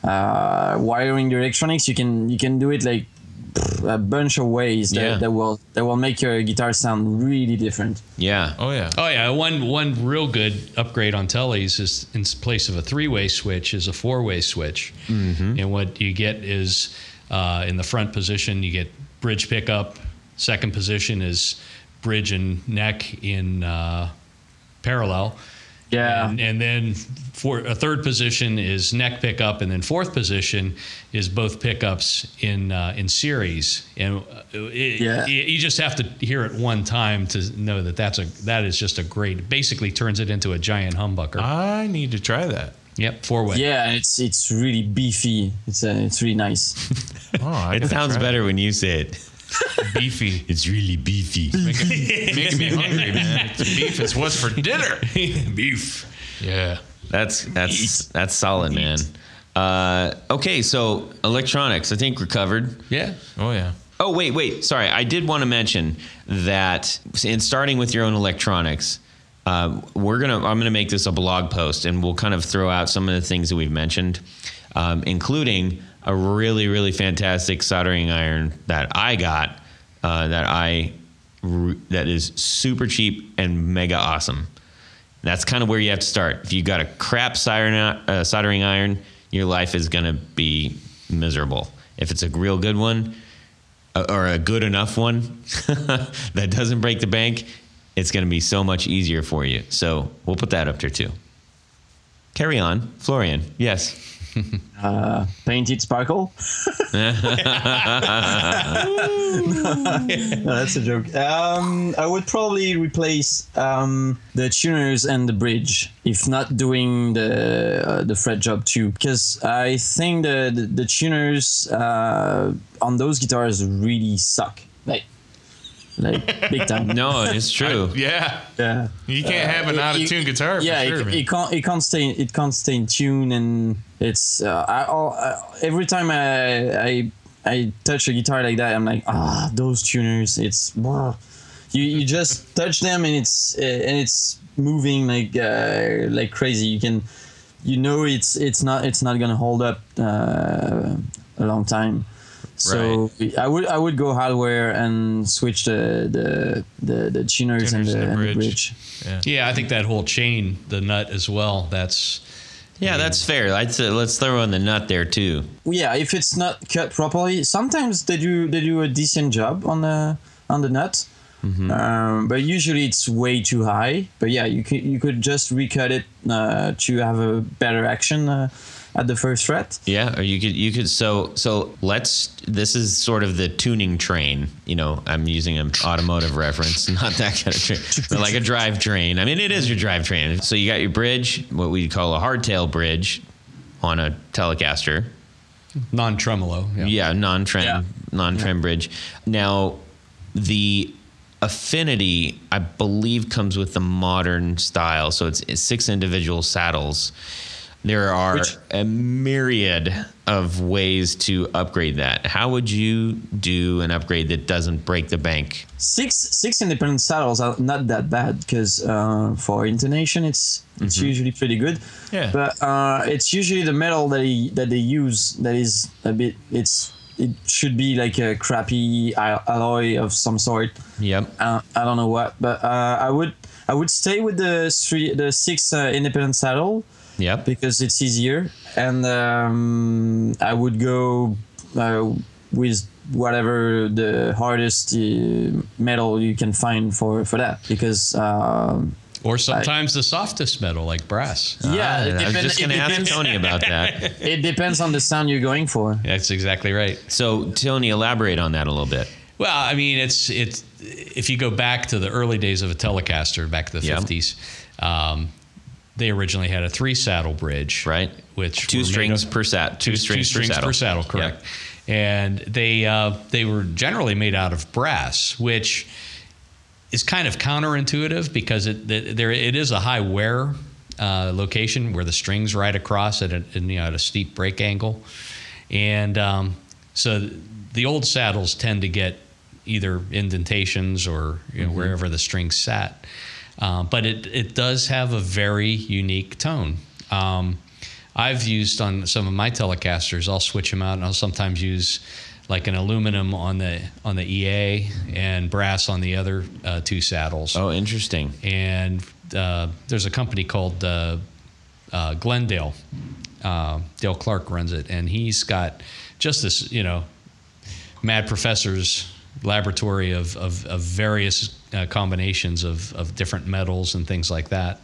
uh, wiring your electronics you can you can do it like pff, a bunch of ways that,
Yeah.
that will that will make your guitar sound really different
Yeah.
Oh, yeah.
Oh yeah, one one real good upgrade on tellies is in place of a three-way switch is a four-way switch, and what you get is uh, in the front position you get bridge pickup, second position is bridge and neck in uh, parallel,
yeah
and, and then for a third position is neck pickup, and then fourth position is both pickups in uh, in series. And uh, it,
Yeah.
it- you just have to hear it one time to know that that's a that is just a great. Basically, turns it into a giant humbucker.
I need to try that.
yep, four way.
yeah it's it's really beefy it's uh, it's really nice
Oh, I
It
gotta
sounds
try
better when you say it.
Beefy.
It's really beefy.
Makes me hungry, man. It's beef is what's for dinner. Beef. Yeah.
That's that's that's solid, man. Uh, okay, so electronics, I think we're covered.
Yeah.
Oh, yeah.
Oh wait, wait, sorry, I did want to mention that in starting with your own electronics, uh, we're gonna I'm gonna make this a blog post, and we'll kind of throw out some of the things that we've mentioned. um, including a really, really fantastic soldering iron that I got uh, that I r- that is super cheap and mega awesome. That's kind of where you have to start. If you got a crap soldering, uh, soldering iron, your life is going to be miserable. If it's a real good one, uh, or a good enough one that doesn't break the bank, it's going to be so much easier for you. So we'll put that up there too. Carry on, Florian. Yes.
Uh, painted sparkle. No, that's a joke. Um, I would probably replace um, the tuners and the bridge, if not doing the uh, the fret job too, because I think the the, the tuners uh, on those guitars really suck, like like big time.
no, it's true.
Yeah.
Yeah.
You can't have an
it-
out of tune
it-
guitar for
yeah,
sure.
it,
man.
it can't. It can't stay. It can't stay in tune, and it's. Uh, I, I'll- I every time I, I I touch a guitar like that, I'm like, ah, those tuners. It's. brr." You you just touch them and it's uh, and it's moving like uh, like crazy. You can, you know, it's it's not it's not gonna hold up uh, a long time. So I would I would go hardware and switch the the the, the tuners, and, the, and the bridge.
Yeah, I think that whole chain, the nut as well. That's
Yeah, that's fair. I'd say let's throw in the nut there too.
yeah if it's not cut properly sometimes they do they do a decent job on the on the nut um, but usually it's way too high but yeah you could you could just recut it uh, to have a better action uh, at the first fret
Yeah, or you could you could so so let's this is sort of the tuning train. You know, I'm using an automotive reference, not that kind of train. But like a drive train. I mean it is your drive train. So you got your bridge, what we call a hardtail bridge on a telecaster.
non tremolo.
Yeah, non trend
Yeah.
non trend bridge. Now the affinity I believe comes with the modern style. So it's, it's six individual saddles. There are a myriad of ways to upgrade that. How would you do an upgrade that doesn't break the bank?
six six independent saddles are not that bad because uh, for intonation it's it's usually pretty good
Yeah.
but uh, it's usually the metal that they, that they use that is a bit it's it should be like a crappy al- alloy of some sort
Yep.
uh, I don't know what, but uh, I would I would stay with the three the six uh, independent saddle
Yep.
because it's easier, and um, I would go uh, with whatever the hardest uh, metal you can find for for that because um,
Or sometimes the softest metal like brass.
yeah, it,
Ah, I was
depend-
just
it
going to ask
depends,
Tony about that.
it depends on the sound you're going for.
That's exactly right.
So, Tony, elaborate on that a little bit.
Well, I mean, it's it's if you go back to the early days of a Telecaster, back to the
Yeah.
fifties, um, they originally had a three saddle bridge,
Right.
Which
Two
were made
strings
of-
per sat. Two,
two
strings, per saddle.
correct.
Yep.
And they uh, they were generally made out of brass, which is kind of counterintuitive because it th- there it is a high wear uh, location where the strings right across at a, in, you know, at a steep break angle, and um, so the old saddles tend to get either indentations or you know, wherever the strings sat, uh, but it it does have a very unique tone. Um, I've used on some of my Telecasters. I'll switch them out, and I'll sometimes use like an aluminum on the on the EA and brass on the other uh, two saddles.
Oh, interesting.
And uh, there's a company called uh, uh, Glendale. Uh, Dale Clark runs it, and he's got just this, you know, mad professor's laboratory of, of, of various uh, combinations of, of different metals and things like that.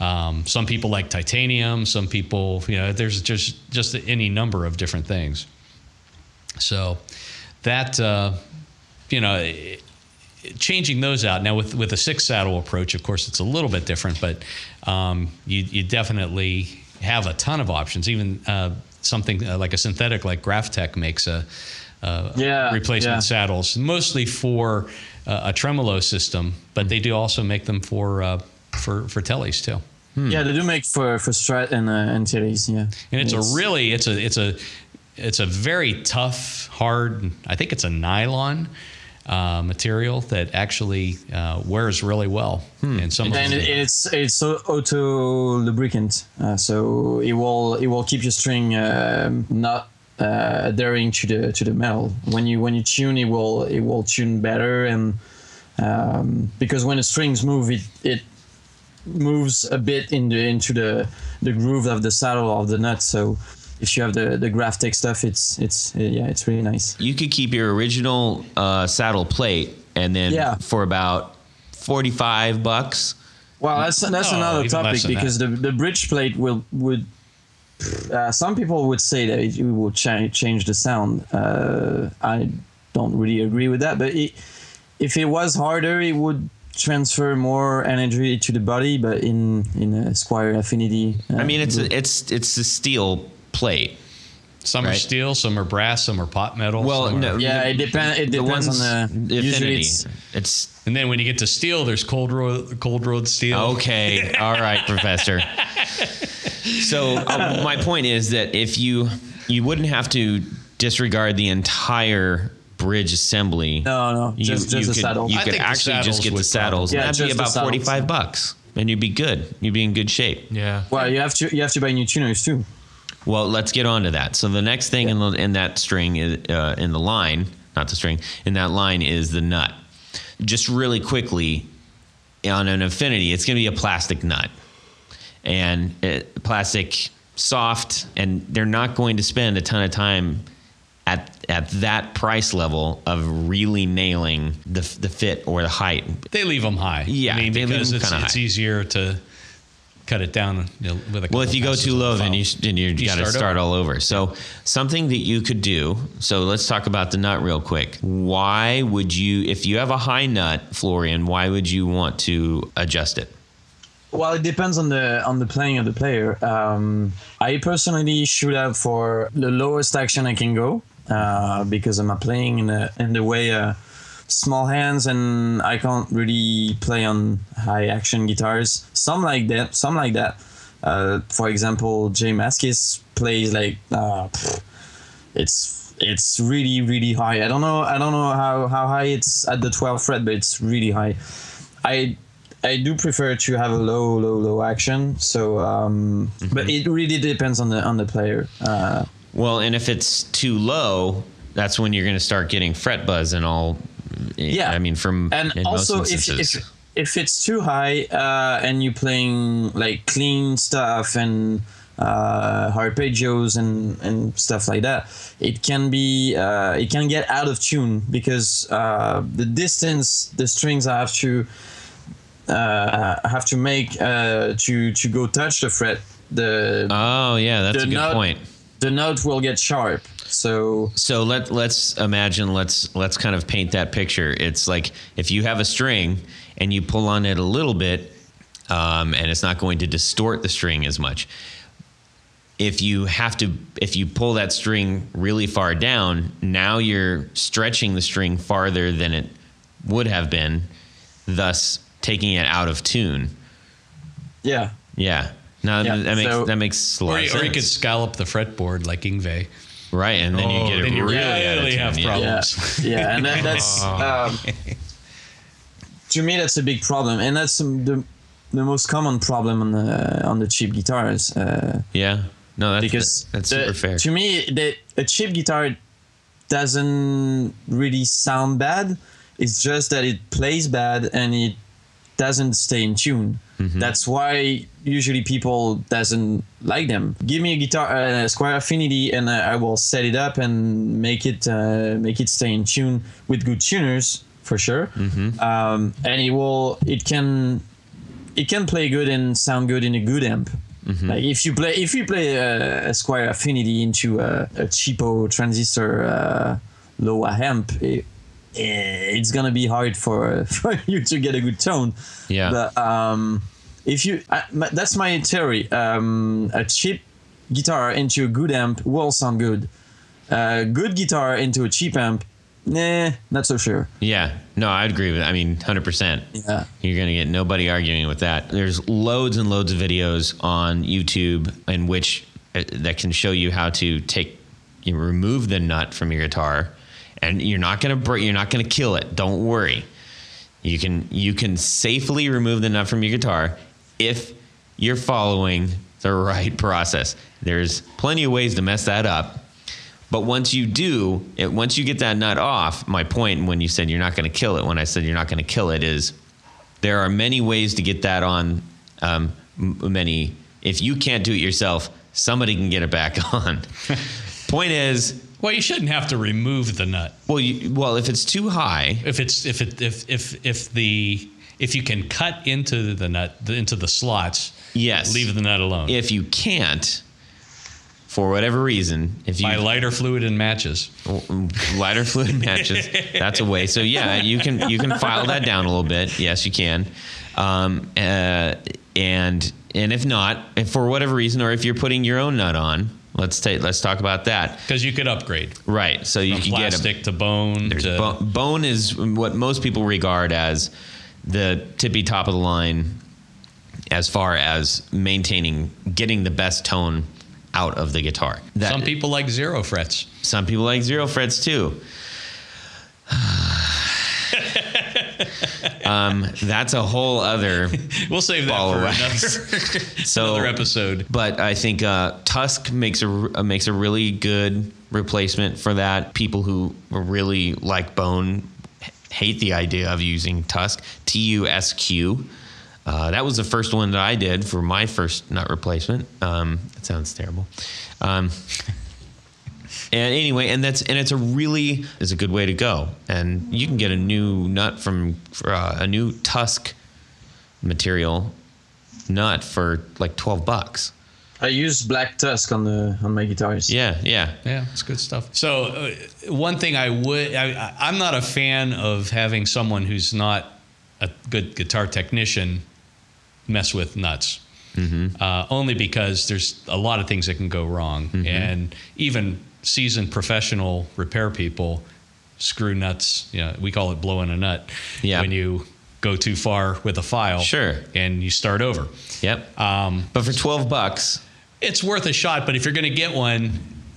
Um, some people like titanium, some people, you know, there's just, just any number of different things. So that, uh, you know, i- changing those out now with with a six saddle approach, of course, it's a little bit different, but um, you you definitely have a ton of options. Even uh, something uh, like a synthetic, like Graftech makes a, uh
Yeah,
replacement
yeah.
saddles, mostly for uh, a tremolo system,
Mm-hmm.
but they do also make them for uh, for for tellies too.
Hmm.
Yeah, they do make for for strat and uh, and titties, yeah.
and it's, a really it's a it's a it's a very tough hard i think it's a nylon uh, material that actually uh, wears really well.
Hmm.
And some of
and
them-
it, it's it's auto lubricant, uh, so it will it will keep your string um, not uh, adhering to the to the metal. When you when you tune, it will it will tune better, and um, because when the strings move, it it moves a bit in the into the the groove of the saddle of the nut. So if you have the the Graftec stuff, it's it's yeah, it's really nice.
You could keep your original uh, saddle plate, and then
Yeah.
for about forty-five bucks,
Well, that's that's
No,
another
even
topic
less than
because the the bridge plate will would. Uh, some people would say that it will cha- change the sound. Uh, I don't really agree with that, but it, if it was harder, it would transfer more energy to the body. But in in a Squire Affinity, uh,
I mean, it's a, it's it's a steel plate.
some are
right.
steel, some are brass, some are pot metal.
Well,
some are-
no,
yeah, it depends. It
the
depends
one's
on the usually
affinity.
it's-
it's
And then when you get to steel, there's cold road, cold road steel.
Okay. All right, Professor. So uh, my point is that if you you wouldn't have to disregard the entire bridge assembly.
No, no, just- just the
could,
saddle.
You
I
could
think the
actually just
saddles
get the
would
saddles.
probably- Yeah,
and that'd be
just the
about
saddles.
forty five bucks, and you'd be good. You'd be in good shape.
Yeah.
well, you have to you have to buy new tuners too.
Well, let's get on to that. So the next thing in, the, in that string is, uh, in the line, not the string, in that line is the nut. Just really quickly, on an affinity, it's going to be a plastic nut, and it, plastic soft, and they're not going to spend a ton of time at at that price level of really nailing the f- the fit or the height.
They leave them high.
Yeah,
I mean,
they leave
because
'em
it's,
kinda
it's
high.
easier to cut it down you know, with a.
Well, if
couple
you go
passes
too
on the
low, then
file.
you, sh- then you,
You
got to
start
start all over. So something that you could do. So let's talk about the nut real quick. Why would you, if you have a high nut, Florian? Why would you want to adjust it?
Well, it depends on the on the playing of the player. Um, I personally shoot out for the lowest action I can go uh, because I'm playing in a in the way uh, small hands and I can't really play on high action guitars. Some like that, some like that. Uh, for example, Jay Maskis plays like uh, pff, it's it's really really high. I don't know I don't know how how high it's at the 12th fret, but it's really high. I I do prefer to have a low, low, low action. So, um,
Mm-hmm.
but it really depends on the on the player. Uh,
Well, and if it's too low, that's when you're going to start getting fret buzz and all. eh,
yeah,
I mean, from
and
in most
also if,
instances.
if if it's too high uh, and you're playing like clean stuff and uh, arpeggios and and stuff like that, it can be uh, it can get out of tune because uh, the distance the strings have to uh, have to make uh, to to go touch the fret. The
oh yeah, that's a
the
good
nut-
point.
the note will get sharp. So
so let let's imagine let's let's kind of paint that picture. It's like if you have a string and you pull on it a little bit, um, and it's not going to distort the string as much. If you have to, if you pull that string really far down, now you're stretching the string farther than it would have been, thus taking it out of tune.
yeah,
Yeah. No,
Yeah,
that makes
so-
that makes a lot
Or,
of
you-
sense.
or you could scallop the fretboard like Ingve.
right, and then you
Oh,
get it
then you
really, out of
really
tune,
have
yeah.
yeah,
problems.
yeah, and that, that's um, to me that's a big problem, and that's um, the the most common problem on the on the cheap guitars. Uh,
Yeah. No, that's
because
that's
the-
super fair.
To me, the, a cheap guitar doesn't really sound bad. It's just that it plays bad and it doesn't stay in tune.
Mm-hmm.
That's why usually people doesn't like them. Give me a guitar, uh, Square Affinity, and I, I will set it up and make it uh, make it stay in tune with good tuners for sure.
Mm-hmm.
Um, and it will, it can it can play good and sound good in a good amp.
Mm-hmm.
Like if you play if you play a, a Squire Affinity into a, a cheapo transistor uh, lower amp, it, eh, it's gonna be hard for for you to get a good tone.
Yeah.
But um, if you I, my, that's my theory. Um, a cheap guitar into a good amp will sound good. A good guitar into a cheap amp, nah, not so sure.
Yeah, no, I agree with. I mean, hundred percent.
Yeah.
You're gonna get nobody arguing with that. There's loads and loads of videos on YouTube in which uh, that can show you how to take, you remove the nut from your guitar, and you're not gonna break, you're not gonna kill it. Don't worry. You can you can safely remove the nut from your guitar if you're following the right process. There's plenty of ways to mess that up. But once you do, it, once you get that nut off, my point when you said you're not going to kill it, when I said you're not going to kill it, is there are many ways to get that on. Um, m- many, if you can't do it yourself, somebody can get it back on. point is,
Well, you shouldn't have to remove the nut
well, you, well, if it's too high,
if it's if it if if if the if you can cut into the nut into the slots.
yes,
Leave the nut alone.
if you can't, for whatever reason, if you
By lighter fluid and matches.
lighter fluid matches. That's a way. So yeah, you can you can file that down a little bit. Yes, you can. Um, uh, and and if not, if for whatever reason, or if you're putting your own nut on, let's take let's talk about that.
Because you could upgrade
Right. So you
from
can get a,
plastic to bone
there's
to
bo- bone is what most people regard as the tippy top of the line as far as maintaining getting the best tone out of the guitar. That-
some people like zero frets.
some people like zero frets too. um, that's a whole other.
We'll save that
Follow
for
us.
another,
So,
another episode.
but I think uh, Tusk makes a uh, makes a really good replacement for that. People who really like bone h- hate the idea of using Tusk. T U S Q. Uh, that was the first one that I did for my first nut replacement. Um, that sounds terrible. Um, And anyway, and that's and it's a really is a good way to go. And you can get a new nut from uh, a new tusk material nut for like 12 bucks.
I use Black Tusk on the on my guitars.
Yeah, yeah.
Yeah, it's good stuff. So, uh, one thing I would, I, I- I'm not a fan of having someone who's not a good guitar technician mess with nuts.
Mm-hmm.
Uh, only because there's a lot of things that can go wrong,
Mm-hmm.
and even seasoned professional repair people screw nuts. You know, we call it blowing a nut
Yeah.
when you go too far with a file,
Sure.
and you start over.
Yep.
Um,
but for 12 bucks,
it's worth a shot. But if you're going to get one,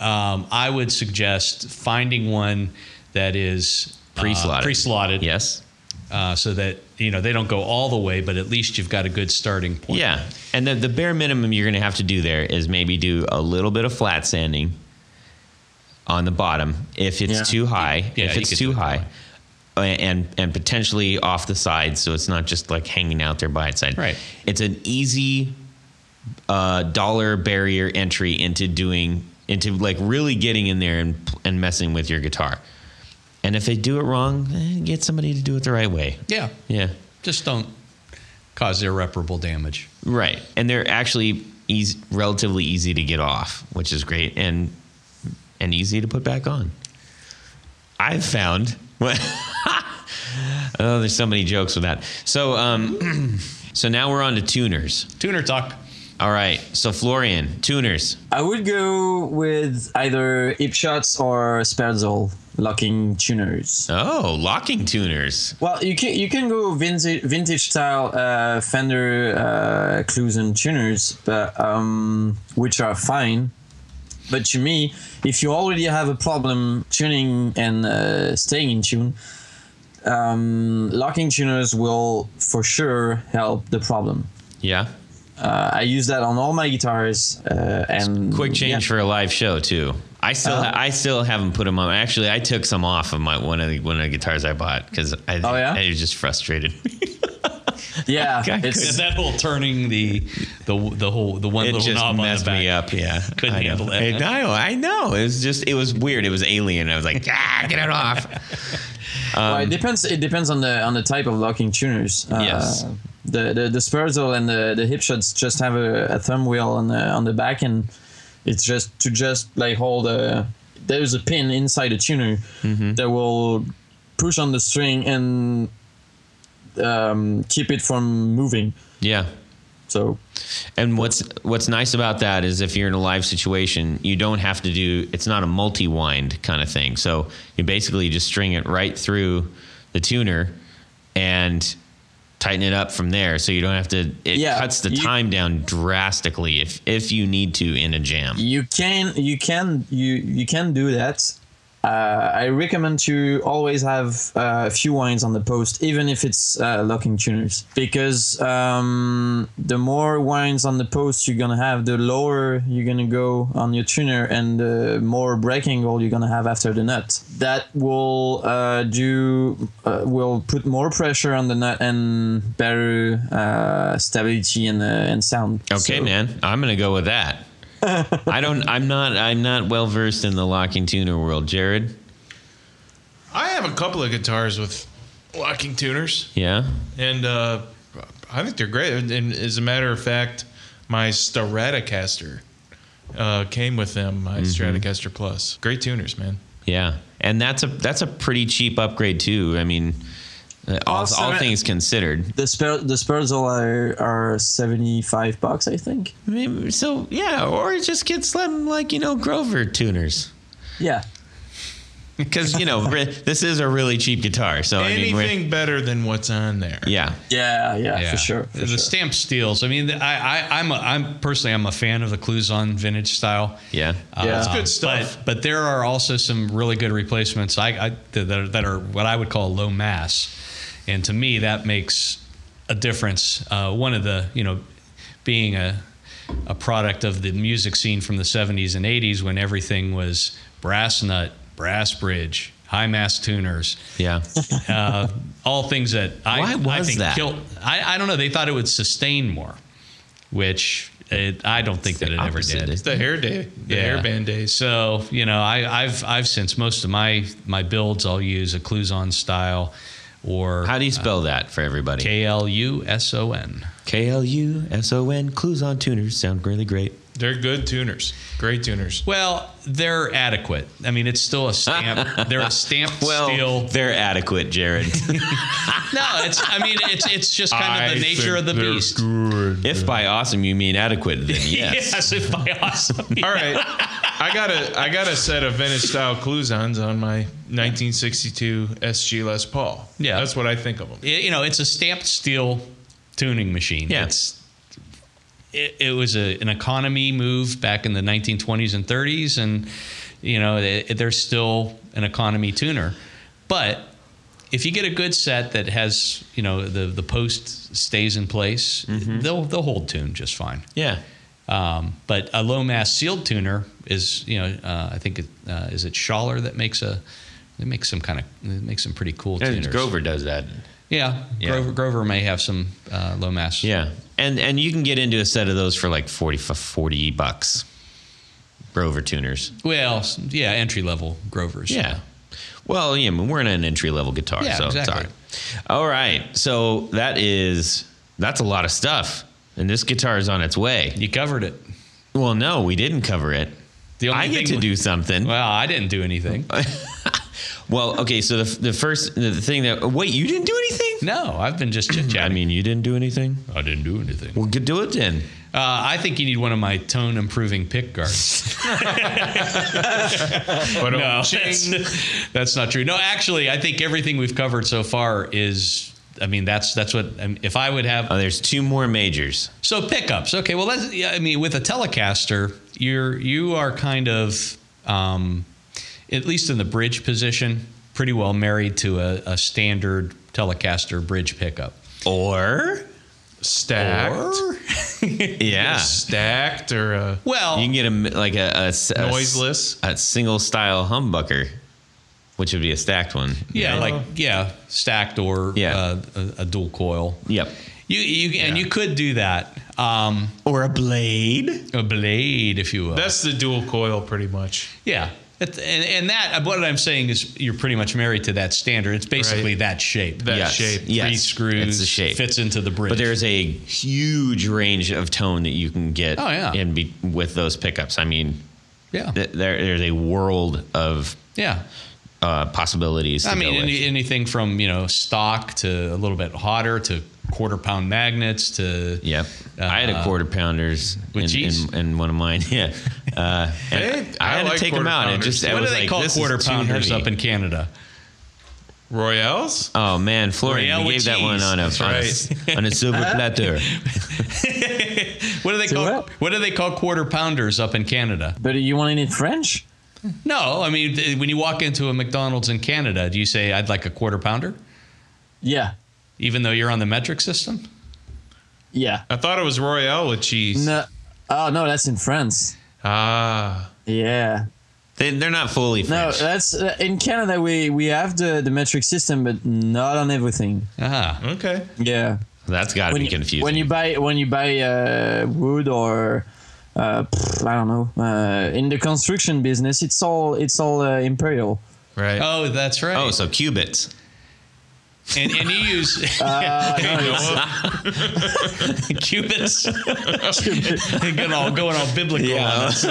um, I would suggest finding one that is uh,
Pre-slotted.
pre-slotted,
yes.
uh, so that you know they don't go all the way, but at least you've got a good starting point.
Yeah. And the, the bare minimum you're going to have to do there is maybe do a little bit of flat sanding on the bottom if it's
Yeah.
too high,
Yeah,
if
you
it's
could
too
do it that
high. And and potentially off the side, so it's not just like hanging out there by itself.
Right.
It's an easy uh, dollar barrier entry into doing into like really getting in there and and messing with your guitar. And if they do it wrong, eh, get somebody to do it the right way.
yeah.
Yeah.
Just don't cause irreparable damage.
Right. And they're actually easy, relatively easy to get off, which is great and and easy to put back on. I've found Oh, there's so many jokes with that. So um so now we're on to tuners.
Tuner talk.
All right. So Florian, tuners.
I would go with either hip shots or Sperzol locking tuners.
Oh, locking tuners.
Well, you can you can go vintage vintage style uh, Fender uh, clues and tuners, but um, which are fine. But to me, if you already have a problem tuning and uh, staying in tune, um, locking tuners will for sure help the problem.
Yeah.
Uh, I use that on all my guitars uh, and
Quick change for a live show too. I still
Uh-huh.
ha- I still haven't put them on. Actually, I took some off of my one of the one of the guitars I bought because I,
Oh, yeah?
I was just frustrated.
Yeah,
I
it's,
That whole turning the the the whole the one
it
little
just
knob on the
messed
back.
me up. Yeah,
Couldn't
I know.
handle that.
I know. I know. It was just. It was weird. It was alien. I was like, ah, get it off.
Well, it depends. It depends on the on the type of locking tuners. Uh,
Yes.
The the, the Spurzle and the the hip shots just have a, a thumb wheel on the on the back, and it's just to just like hold a. There's a pin inside the tuner that will push on the string and um, keep it from moving.
yeah.
So
And what's what's nice about that is if you're in a live situation, you don't have to do. It's not a multi wind kind of thing. So you basically just string it right through the tuner, and tighten it up from there. So you don't have to. It
Yeah,
cuts the
you-
time down drastically if if you need to in a jam.
you can you can you you can do that uh, I recommend to always have uh, a few wines on the post, even if it's uh, locking tuners, because um, the more wines on the post you're gonna have, the lower you're gonna go on your tuner, and the more breaking goal you're gonna have after the nut. That will uh, do uh, will put more pressure on the nut and better uh, stability and uh, and sound.
Okay,
So-
man, I'm gonna go with that. I don't. I'm not. I'm not well versed in the locking tuner world, Jared.
I have a couple of guitars with locking tuners,
Yeah.
and uh, I think they're great. And as a matter of fact, my Stratocaster uh, came with them. My Stratocaster Plus, great tuners, man.
Yeah, and that's a that's a pretty cheap upgrade too. I mean, uh, all,
Also-
all things considered.
The spur the spurs are are seventy five bucks, I think.
I mean, So yeah, or just get some like you know Grover tuners
Yeah.
because you know re- this is a really cheap guitar. So I mean,
Anything
we're-
better than what's on there?
yeah,
Yeah, yeah,
Yeah.
for sure. For
the
sure.
stamped steels. I mean, the- I, I, I'm, a, I'm personally, I'm a fan of the Cluzon vintage style.
yeah,
Yeah.
It's
Uh,
good stuff.
Um, But, but there are also some really good replacements I, I, that, are, that are what I would call low mass. And to me, that makes a difference. Uh, one of the, you know, being a, a product of the music scene from the 70s and 80s when everything was brass nut, brass bridge, high mass tuners,
yeah.
uh, all things that I,
Why
I
was
think
that?
killed. I, I don't know. They thought it would sustain more, which it, I don't think
the
that it ever
opposite,
did.
isn't
It's the hair day, the
Yeah.
hairband days.
So you know, I, I've I've since most of my my builds I'll use a Cluson style or
How do you spell that for everybody?
K L U S O N.
K L U S O N. Clues on tuners sound really great.
They're good tuners, great tuners.
Well, they're adequate. I mean, it's still a stamp. they're a stamped
Well,
steel.
they're adequate, Jared.
No, it's. I mean, it's it's just kind of the nature of the beast.
if by awesome you mean adequate, then yes.
Yes, if by awesome.
All right, I got a I got a set of vintage style Cluzons on my 1962 SG Les Paul.
Yeah.
that's what I think of them.
it- you know, it's a stamped steel tuning machine.
Yeah.
It's it, it was a, an economy move back in the 1920s and 30s, and you know it, they're still an economy tuner. But if you get a good set that has you know the the post stays in place,
Mm-hmm.
they'll they'll hold tune just fine.
Yeah.
Um, but a low mass sealed tuner is, you know, uh, I think it, uh, is it Schaller that makes a, they make some kind of, they make some pretty cool tuners.
Grover does that.
Yeah,
Yeah.
Grover, Grover may have some uh, low mass.
Yeah. And and you can get into a set of those for like 40, 40 bucks. Grover tuners.
Well, s- yeah, entry level Grovers.
Yeah. Well, yeah, I mean, we're in an entry level guitar,
Yeah,
so
exactly.
sorry. All right. So that is that's a lot of stuff. And this guitar is on its way.
you covered it.
Well, no, we didn't cover it.
The only
I
thing
get to
we-
do something.
Well, I didn't do anything.
Well, okay, so the, the first the thing that wait, you didn't do anything?
No, I've been just chit
I
chatting.
mean, you didn't do anything.
I didn't do anything. Uh,
Well, good, do it then.
I think you need one of my tone improving pick guards.
But um,
no, that's, that's not true. No, actually, I think everything we've covered so far is. I mean, that's that's what I mean, if I would have
Oh, there's two more majors.
So pickups. Okay. Well, let's. yeah, I mean, with a Telecaster, you're you are kind of, um, at least in the bridge position, pretty well married to a, a standard Telecaster bridge pickup.
Or
stacked,
yeah,
stacked, or uh,
Well,
you can get a m- like a, a s- a s-
noiseless.
a single style humbucker, which would be a stacked one.
yeah, like yeah, stacked or
Yeah.
uh, a, a dual coil.
Yep.
You you and you could do that. Um,
Or a blade.
a blade, if you will.
That's the dual coil, pretty much.
yeah. It- And, and that uh, what I'm saying is you're pretty much married to that standard. It's basically
Right.
that shape.
That
Yes.
shape.
Yeah.
three
Yes,
screws.
it's the shape.
Fits into the bridge.
But there's a huge range of tone that you can get
Oh, yeah.
in be- with those pickups. I mean,
yeah,
th- there, there's a world of
yeah.
uh, possibilities. To
I mean,
go
any,
with.
anything from you know stock to a little bit hotter to quarter pound magnets to
Yep.
Uh,
I had a quarter pounders
with
in,
cheese?
in, in one of mine. Yeah. Uh, and
Hey,
I,
I
had to
like
take them
quarter
out. It
pounders.
just, I
What do
was
they
like,
call
this is
quarter
too
pounders
heavy.
up in Canada?
Royales.
Oh man, Florian,
Royale
we
with
gave that one
cheese.
on a,
That's
on, a
right.
s- on a silver platter.
What do they
To
call
what?
what? do they call quarter pounders up in Canada?
But you want it in French?
No, I mean th- when you walk into a McDonald's in Canada, do you say I'd like a quarter pounder,
Yeah.
even though you're on the metric system?
Yeah.
I thought it was Royale with cheese.
No. Oh no, that's in France.
Ah,
Yeah.
They, they're not fully
No,
French.
that's uh, in Canada. We we have the the metric system, but not on everything.
Ah,
okay.
Yeah.
that's got to be
you,
confusing.
When you buy when you buy uh, wood or uh, pff, I don't know uh, in the construction business, it's all it's all uh, imperial.
Right.
oh, that's right.
oh, so qubits.
and, and you use
Uh, no,
You know
it's-
what?
cubits, going all going all biblical. on us.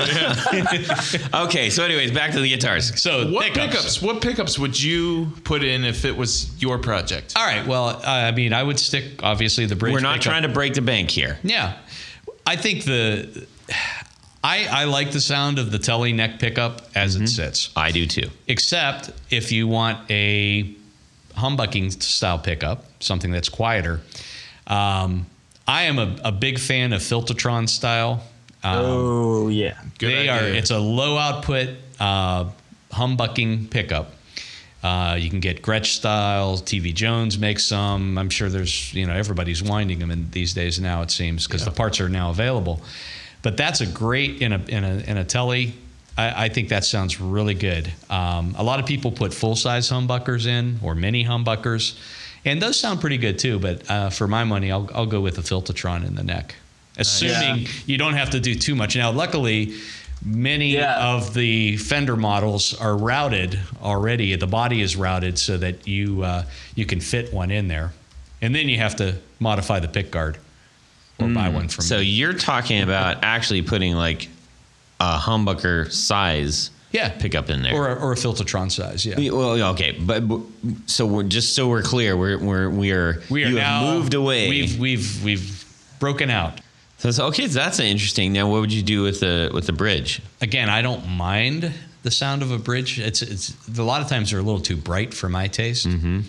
Okay, so anyways, back to the guitars.
So
what
pickups.
pickups. What pickups would you put in if it was your project?
All right. Well, uh, I mean, I would stick obviously the bridge.
We're not
pickup.
trying to break the bank here.
Yeah, I think the I I like the sound of the telly neck pickup as it sits.
I do too.
Except if you want a humbucking style pickup, something that's quieter. Um, I am a, a big fan of Filtatron style. Um,
oh yeah.
Good
they are.
idea.
It's a low output uh, humbucking pickup. Uh, you can get Gretsch style. TV Jones makes some. I'm sure there's you know everybody's winding them in these days now. It seems because the parts are now available. But that's a great in a in a in a telly. I, I think that sounds really good. Um, a lot of people put full size humbuckers in or mini humbuckers, and those sound pretty good too. But uh, for my money, I'll I'll go with a Filtatron in the neck, assuming you don't have to do too much. Now, luckily, many
Yeah.
of the Fender models are routed already. The body is routed so that you uh, you can fit one in there, and then you have to modify the pick guard or buy one from.
Hmm. So you're talking about actually putting like a humbucker size
yeah,
pickup in there.
or a, or a Filtatron size. Yeah,
We- well, yeah, okay, but but- so we're just so we're clear, we're we're we are
we are
you
now
have moved away.
We've we've we've broken out
so it's, okay, so that's interesting. Now, what would you do with the with the bridge?
again. I don't mind the sound of a bridge. It's it's a lot of times they're a little too bright for my taste.
Mm-hmm.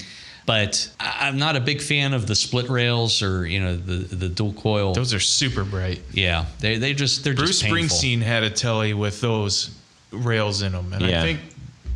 But I- I'm not a big fan of the split rails or you know the the dual coil.
Those are super bright.
Yeah, they they just they're
Bruce
just painful.
Springsteen had a telly with those rails in them, and
Yeah.
I think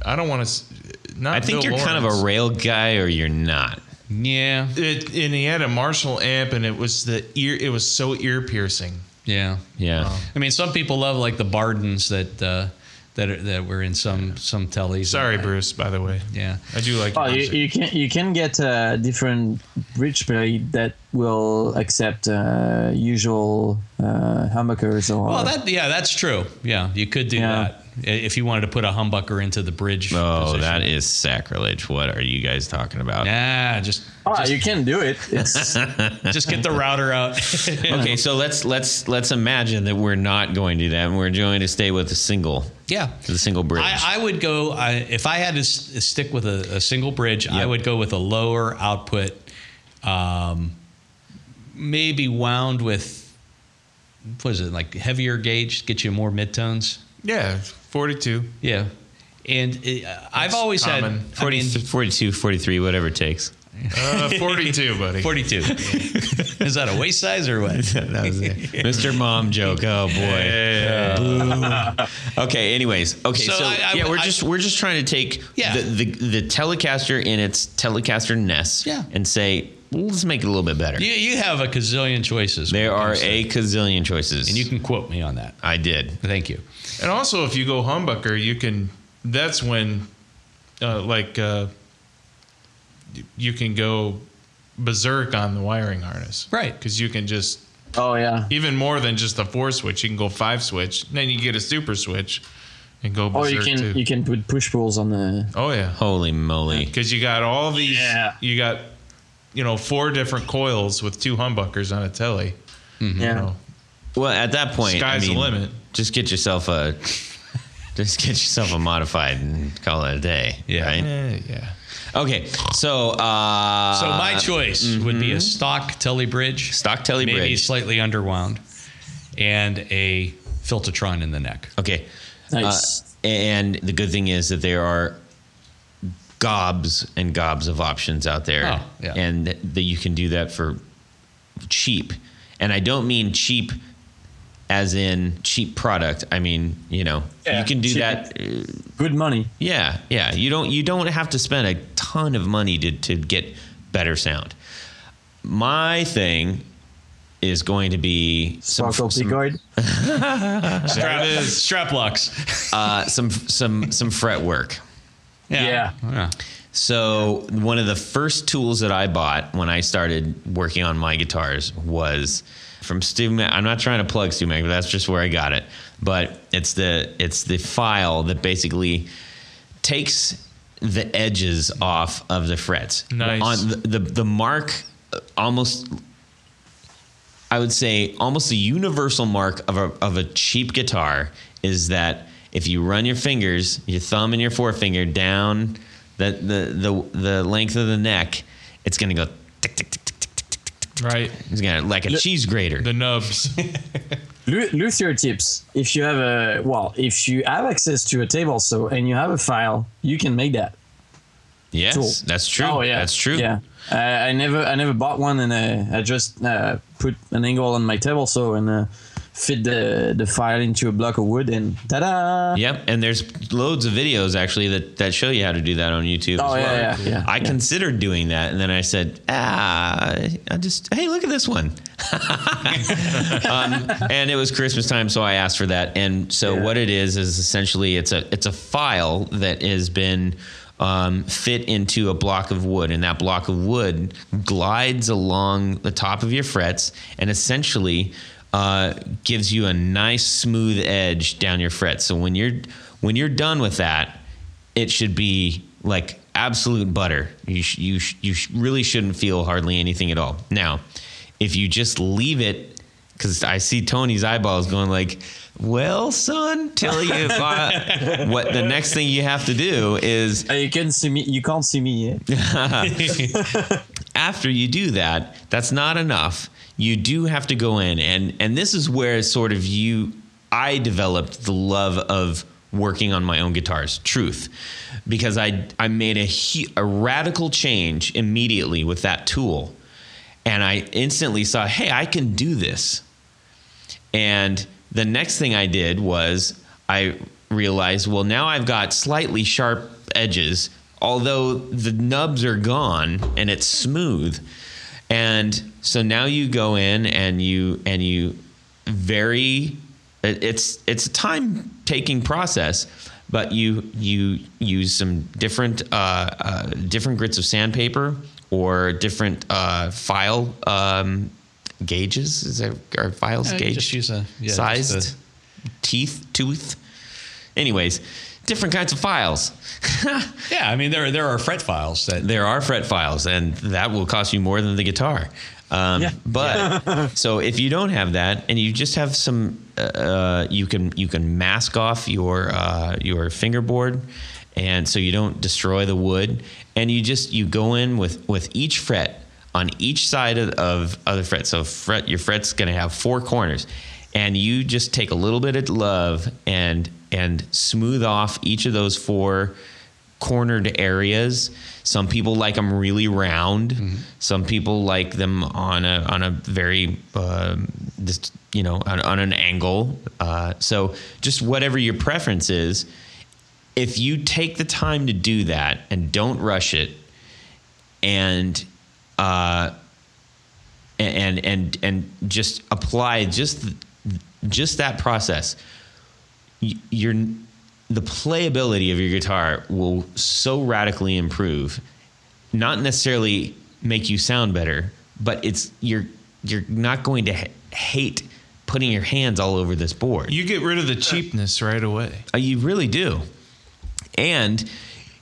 I don't want to. Not
I think
Bill
you're kind of a
Lawrence.
rail guy, or you're not.
Yeah,
It, and he had a Marshall amp, and it was the ear. It was so ear piercing.
yeah.
Yeah,
I mean, some people love like the Bardens that uh, that are, that were in some some tellies.
Sorry, Bruce. By the way,
Yeah.
I do like.
Oh,
your
you,
music.
you can you can get a different bridge plate that will accept uh, usual uh, humbuckers or
Well, that yeah, that's true. Yeah, you could do
Yeah.
that I- if you wanted to put a humbucker into the bridge.
Oh,
position.
that is sacrilege. What are you guys talking about?
Nah, just
Oh, you can do it. It's
just get the router out.
Okay, so let's let's let's imagine that we're not going to do that, and we're going to stay with a single,
yeah.
the single bridge.
I, I would go I, if I had to s- stick with a, a single bridge. I
Yep.
would go with a lower output, um, maybe wound with what is it like heavier gauge, get you more midtones.
yeah, forty-two.
Yeah, and it, I've always
common.
had
40, 42, 43, whatever it takes.
Uh, forty-two, buddy.
forty-two. is that a waist size or what?
Mr. Mom joke. Oh boy. Boo. okay. Anyways. Okay. So,
So I- I-
yeah, we're
I-
just we're just trying to take
Yeah.
the, the the Telecaster in its Telecaster ness
Yeah.
and say let's make it a little bit better.
You, you have a gazillion choices. when
there
it
are
comes to-
a gazillion choices.
You can quote me on that.
I did.
Thank you.
And also, if you go humbucker, you can. That's when, uh, like, uh, y- you can go berserk on the wiring harness,
Right.
Because you can just
oh yeah.
even more than just a four switch, you can go five switch. And then you get a super switch, and go
Or
berserk
you can
too.
you can put push pulls on the
oh yeah,
Holy moly.
because you got all these.
Yeah.
You got, you know, four different coils with two humbuckers on a telly.
yeah.
You know,
Mm-hmm. Well, at that point,
sky's
I mean,
the limit.
Just get yourself a just get yourself a modified and call it a day.
Yeah.
right?
Eh, yeah.
Okay. So uh mm-hmm.
So my choice would be a stock telly bridge,
stock telly
maybe
bridge.
slightly underwound, and a filtatron in the neck.
Okay. uh,
Nice.
And the good thing is that there are gobs and gobs of options out there,
Oh, yeah.
and that you can do that for cheap. And I don't mean cheap as in cheap product. I mean, you know,
Yeah,
you can do
cheap.
that. uh,
Good money.
Yeah, yeah. You don't you don't have to spend a ton of money to to get better sound. My thing is going to be some
Sparkle
some,
Picoid.
Strap is
Strap locks.
uh, some some some fret work.
Yeah.
Yeah.
So one of the first tools that I bought when I started working on my guitars was from Stu. Ma- I'm not trying to plug Stu Mag, but that's just where I got it. But it's the it's the file that basically takes the edges off of the frets.
Nice.
On the the, the mark uh, almost I would say almost the universal mark of a, of a cheap guitar is that if you run your fingers, your thumb and your forefinger down the the the, the length of the neck, it's gonna go tick tick tick tick tick tick. tick.
right.
It's gonna like a cheese grater.
The nubs.
Lu- Luthier tips. If you have a well, if you have access to a table saw and you have a file, you can make that.
yes,
tool.
that's true.
Oh yeah,
that's true.
Yeah, uh, I never, I never bought one, and uh, I just uh, put an angle on my table saw and uh, fit the the file into a block of wood, and ta-da!
Yep, and there's loads of videos actually that, that show you how to do that on YouTube.
Oh,
as
yeah,
well.
yeah, yeah,
I
yeah.
considered doing that, and then I said, ah, I just hey, look at this one. um, and it was Christmas time, so I asked for that. And so what it is is essentially it's a it's a file that has been um, fit into a block of wood, and that block of wood glides along the top of your frets, and essentially uh, gives you a nice smooth edge down your fret. So when you're when you're done with that, it should be like absolute butter. You sh- you sh- you sh- really shouldn't feel hardly anything at all. Now, if you just leave it, because I see Tony's eyeballs going like, "Well, son, tell you if I, what the next thing you have to do is
Uh, you can see me. You can't see me. eh?
after you do that, that's not enough. You do have to go in and and this is where sort of you I developed the love of working on my own guitars, truth. Because I I made a hu- a radical change immediately with that tool. And I instantly saw, "Hey, I can do this." And the next thing I did was I realized, well, now I've got slightly sharp edges, although the nubs are gone and it's smooth. And so now you go in and you and you very it- it's it's a time taking process, but you you use some different uh, uh, different grits of sandpaper or different uh, file um, gauges. Is that are files
Yeah, you
gauge?
just use a- yeah, just
sized
a-
teeth tooth. Anyways, different kinds of files.
Yeah. I mean, there there are fret files that
there are fret files, and that will cost you more than the guitar. Um, But so if you don't have that, and you just have some, uh, uh, you can you can mask off your uh, your fingerboard, and so you don't destroy the wood, and you just you go in with with each fret on each side of, of other fret. So fret your fret's going to have four corners, and you just take a little bit of love and and smooth off each of those four cornered areas. Some people like them really round. Some people like them on a on a very um just you know on, on an angle. Uh, so just whatever your preference is, if you take the time to do that and don't rush it, and uh, and and and just apply just just that process y- your the playability of your guitar will so radically improve not necessarily make you sound better but it's you're you're not going to ha- hate putting your hands all over this board
You get rid of the cheapness right away.
Uh, you really do and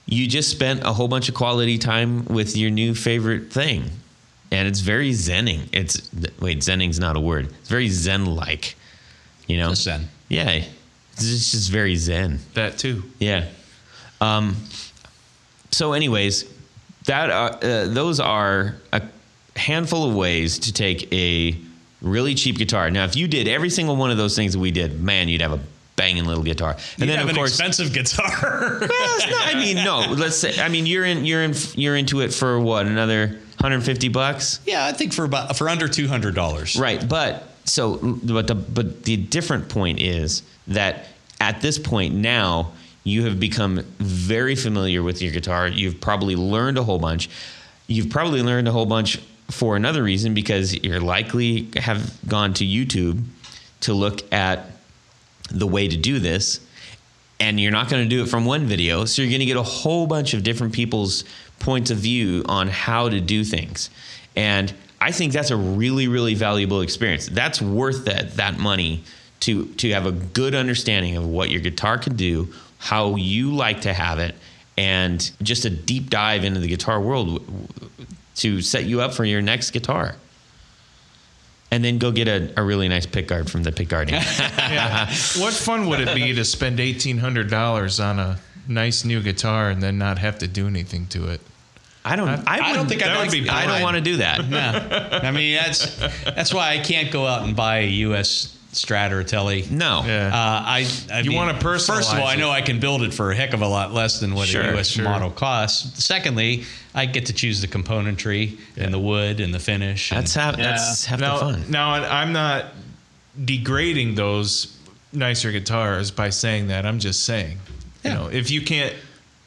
you just spent a whole bunch of quality time with your new favorite thing and it's very zenning it's wait zenning's not a word it's very zen like you know
Just zen.
yeah it's just- just very zen
That too.
yeah. Um, so, anyways, that uh, uh, those are a handful of ways to take a really cheap guitar. Now, if you did every single one of those things that we did, man, you'd have a banging little guitar. And
have an expensive guitar.
well, it's not- I mean, no. Let's say, I mean, you're in, you're in, you're into it for what another 150 bucks,
yeah, I think for about for under two hundred dollars.
right? But so but the but the different point is that at this point now you have become very familiar with your guitar you've probably learned a whole bunch you've probably learned a whole bunch for another reason because you're likely have gone to YouTube to look at the way to do this and you're not going to do it from one video so you're going to get a whole bunch of different people's points of view on how to do things and I think that's a really, really valuable experience. That's worth that that money to to have a good understanding of what your guitar can do, how you like to have it, and just a deep dive into the guitar world w- w- to set you up for your next guitar. And then go get a, a really nice pick guard from the pick guarding.
Yeah. what fun would it be to spend eighteen hundred dollars on a nice new guitar and then not have to do anything to it?
I don't. I,
don't
wouldn't-
think I'd
that would
like-
be- I don't
I'd-
want to do that.
Yeah. I mean, that's that's why I can't go out and buy a U.S. Strat or a Tele.
No.
Uh,
Yeah.
I, I
You
mean,
wanna personalize
First of all, I
it.
know I can build it for a heck of a lot less than what
Sure,
a U.S.
sure.
model costs. Secondly, I get to choose the componentry and the wood and the finish. and-
That's half. That's half
now,
the fun.
now I- I'm not degrading those nicer guitars by saying that. I'm just saying,
Yeah.
you know, if you can't,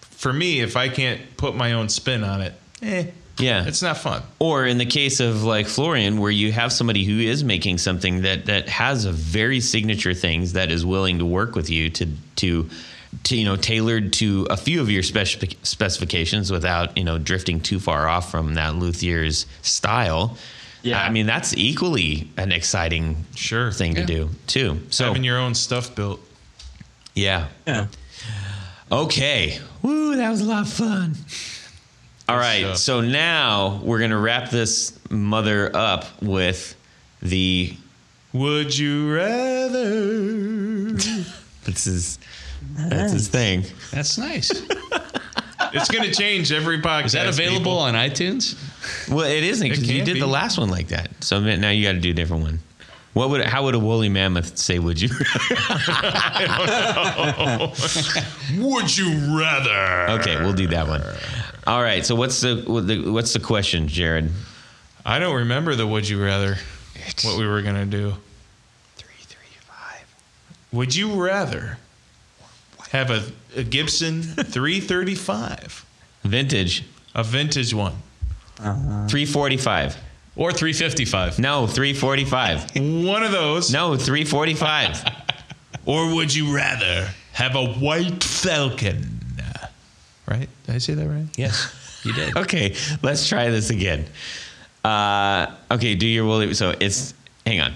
for me, if I can't put my own spin on it, eh,
Yeah.
it's not fun.
or in the case of like Florian, where you have somebody who is making something that that has a very signature things that is willing to work with you to to to you know tailored to a few of your spec- specifications without you know drifting too far off from that luthier's style.
Yeah.
I mean that's equally an exciting
Sure.
thing to
Yeah.
do too. So
Having your own stuff built.
yeah,
Yeah.
Okay. Woo, that was a lot of fun. All right.
stuff.
So now we're going to wrap this mother up with the.
Would you rather?
This is. That's his thing.
that's nice.
it's going to change every podcast.
Is that available
people.
on iTunes?
Well, it isn't because you
can't
did
be.
the last one like that. So ma- now you got to do a different one. What would how would a woolly mammoth say? Would you?
Would you rather?
okay, we'll do that one. All right. So what's the what the- what's the question, Jared?
I don't remember the would you rather. What we were going to do.
Three, three, five.
Would you rather have a, a Gibson 335,
Vintage.
a vintage one?
Three forty five.
Or 355?
No, three forty five.
One of those.
No, three forty five.
Or would you rather have a white falcon? Right? Did I say that right?
Yes, you did.
Okay, let's try this again. Uh, okay, do your woolly. So it's hang on.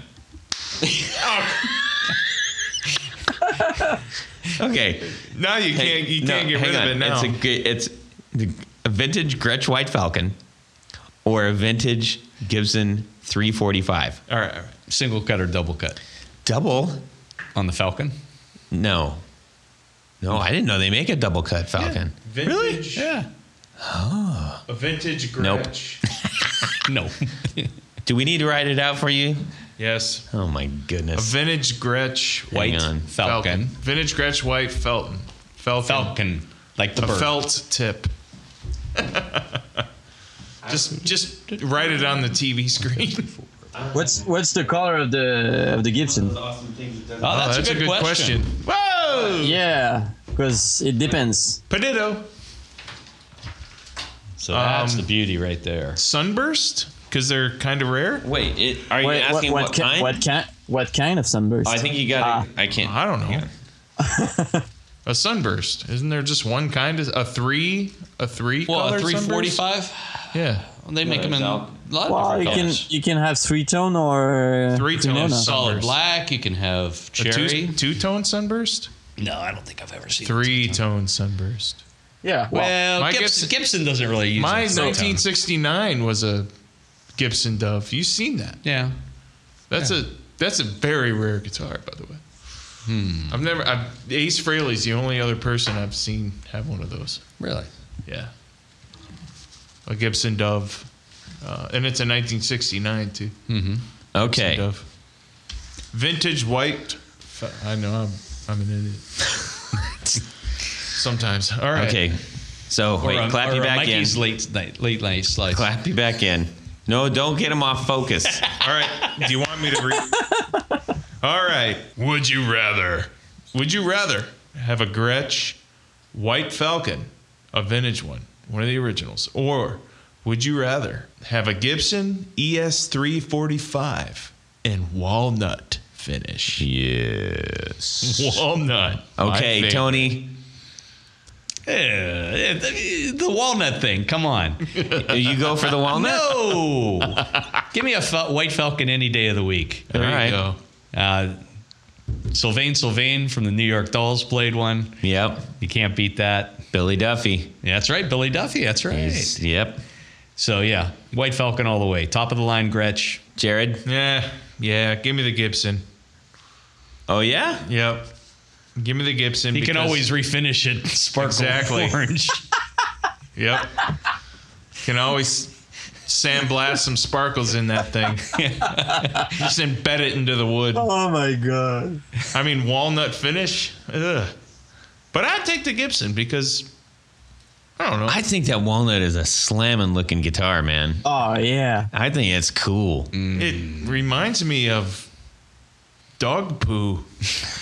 okay,
No, you can't. You can't get
hang
rid
on.
of it now.
It's a g- it's the- a vintage Gretsch White Falcon or a vintage Gibson 345.
all right, all right.
Single cut or double cut
Double?
on the Falcon?
No, no, I didn't know they make a double cut Falcon.
Vintage,
Yeah.
A vintage
Nope.
Gretsch.
No.
Do we need to write it out for you?
yes.
Oh my
A
goodness.
vintage Gretsch
Hang
White
on.
Falcon. Falcon.
Vintage Gretsch White Felton. Felton.
Like the
A
bird.
felt tip. just just write it on the TV screen.
What's what's the color of the of the Gibson?
oh, that's, a, good question.
Whoa!
Yeah, because it depends.
Panito.
So that's
Um,
the beauty right there.
Sunburst? Because they're kind of rare?
Wait, it, are you asking what, Ah.
ki-
kind? Oh,
what kind? What kind of sunburst? Ah.
I think you got. to I can't.
I don't know. a sunburst. Isn't there just one kind? Of, a three? A three?
Well,
color
a
sunburst?
345?
Yeah.
They make them in a lot
Well,
of different
you can
colors.
you can have three tone or
Three
you know,
tone
no.
sunburst.
Solid black. You can have
A
cherry.
two, two-tone sunburst?
no, I don't think I've ever seen
Three-tone sunburst.
Yeah. Well,
Well,
My
Gibson,
Gibson-
Gibson doesn't really use
My
it.
1969 was a Gibson Dove. You've seen that.
Yeah.
That's a that's a very rare guitar, by the way. Hmm. I've never. I've, Ace Frehley's the only other person I've seen have one of those.
Really?
Yeah, a Gibson Dove, uh, and it's a 1969 too. Gibson
Okay.
Dove, vintage white. F- I know I'm I'm an idiot. Sometimes. All right.
Okay. So wait,
Or a-
clap
or
you
a
back
Mikey's
in.
late night, late night slice.
Clap you back in. No, don't get him off focus.
All right. Do you want me to read? All right. Would you rather? Would you rather have a Gretsch White Falcon, a vintage one, one of the originals, or would you rather have a Gibson E ES345 in walnut finish?
Yes.
Walnut. my
Okay,
favorite.
Tony.
Eh, the the walnut thing. Come on.
You go for the walnut.
No. Give me a fel- white falcon any day of the week.
There
All
you
right.
go.
Uh, Sylvain Sylvain from the New York Dolls played one.
Yep.
You can't beat that.
Billy Duffy.
Yeah, that's right. Billy Duffy. That's right.
He's- Yep.
So, yeah, White Falcon all the way. Top of the line, Gretsch.
Jared.
Yeah. Yeah. Give me the Gibson.
Oh yeah.
Yep. Give me the Gibson.
He can
because-
always refinish it sparkle
Exactly.
orange.
Yep. Can always sandblast some sparkles in that thing. Just embed it into the wood.
Oh my god.
I mean, walnut finish. Ugh. But I'd take the Gibson because I don't know.
I think that walnut is a slamming looking guitar, man.
Oh yeah.
I think it's cool.
Mm.
it reminds me of dog poo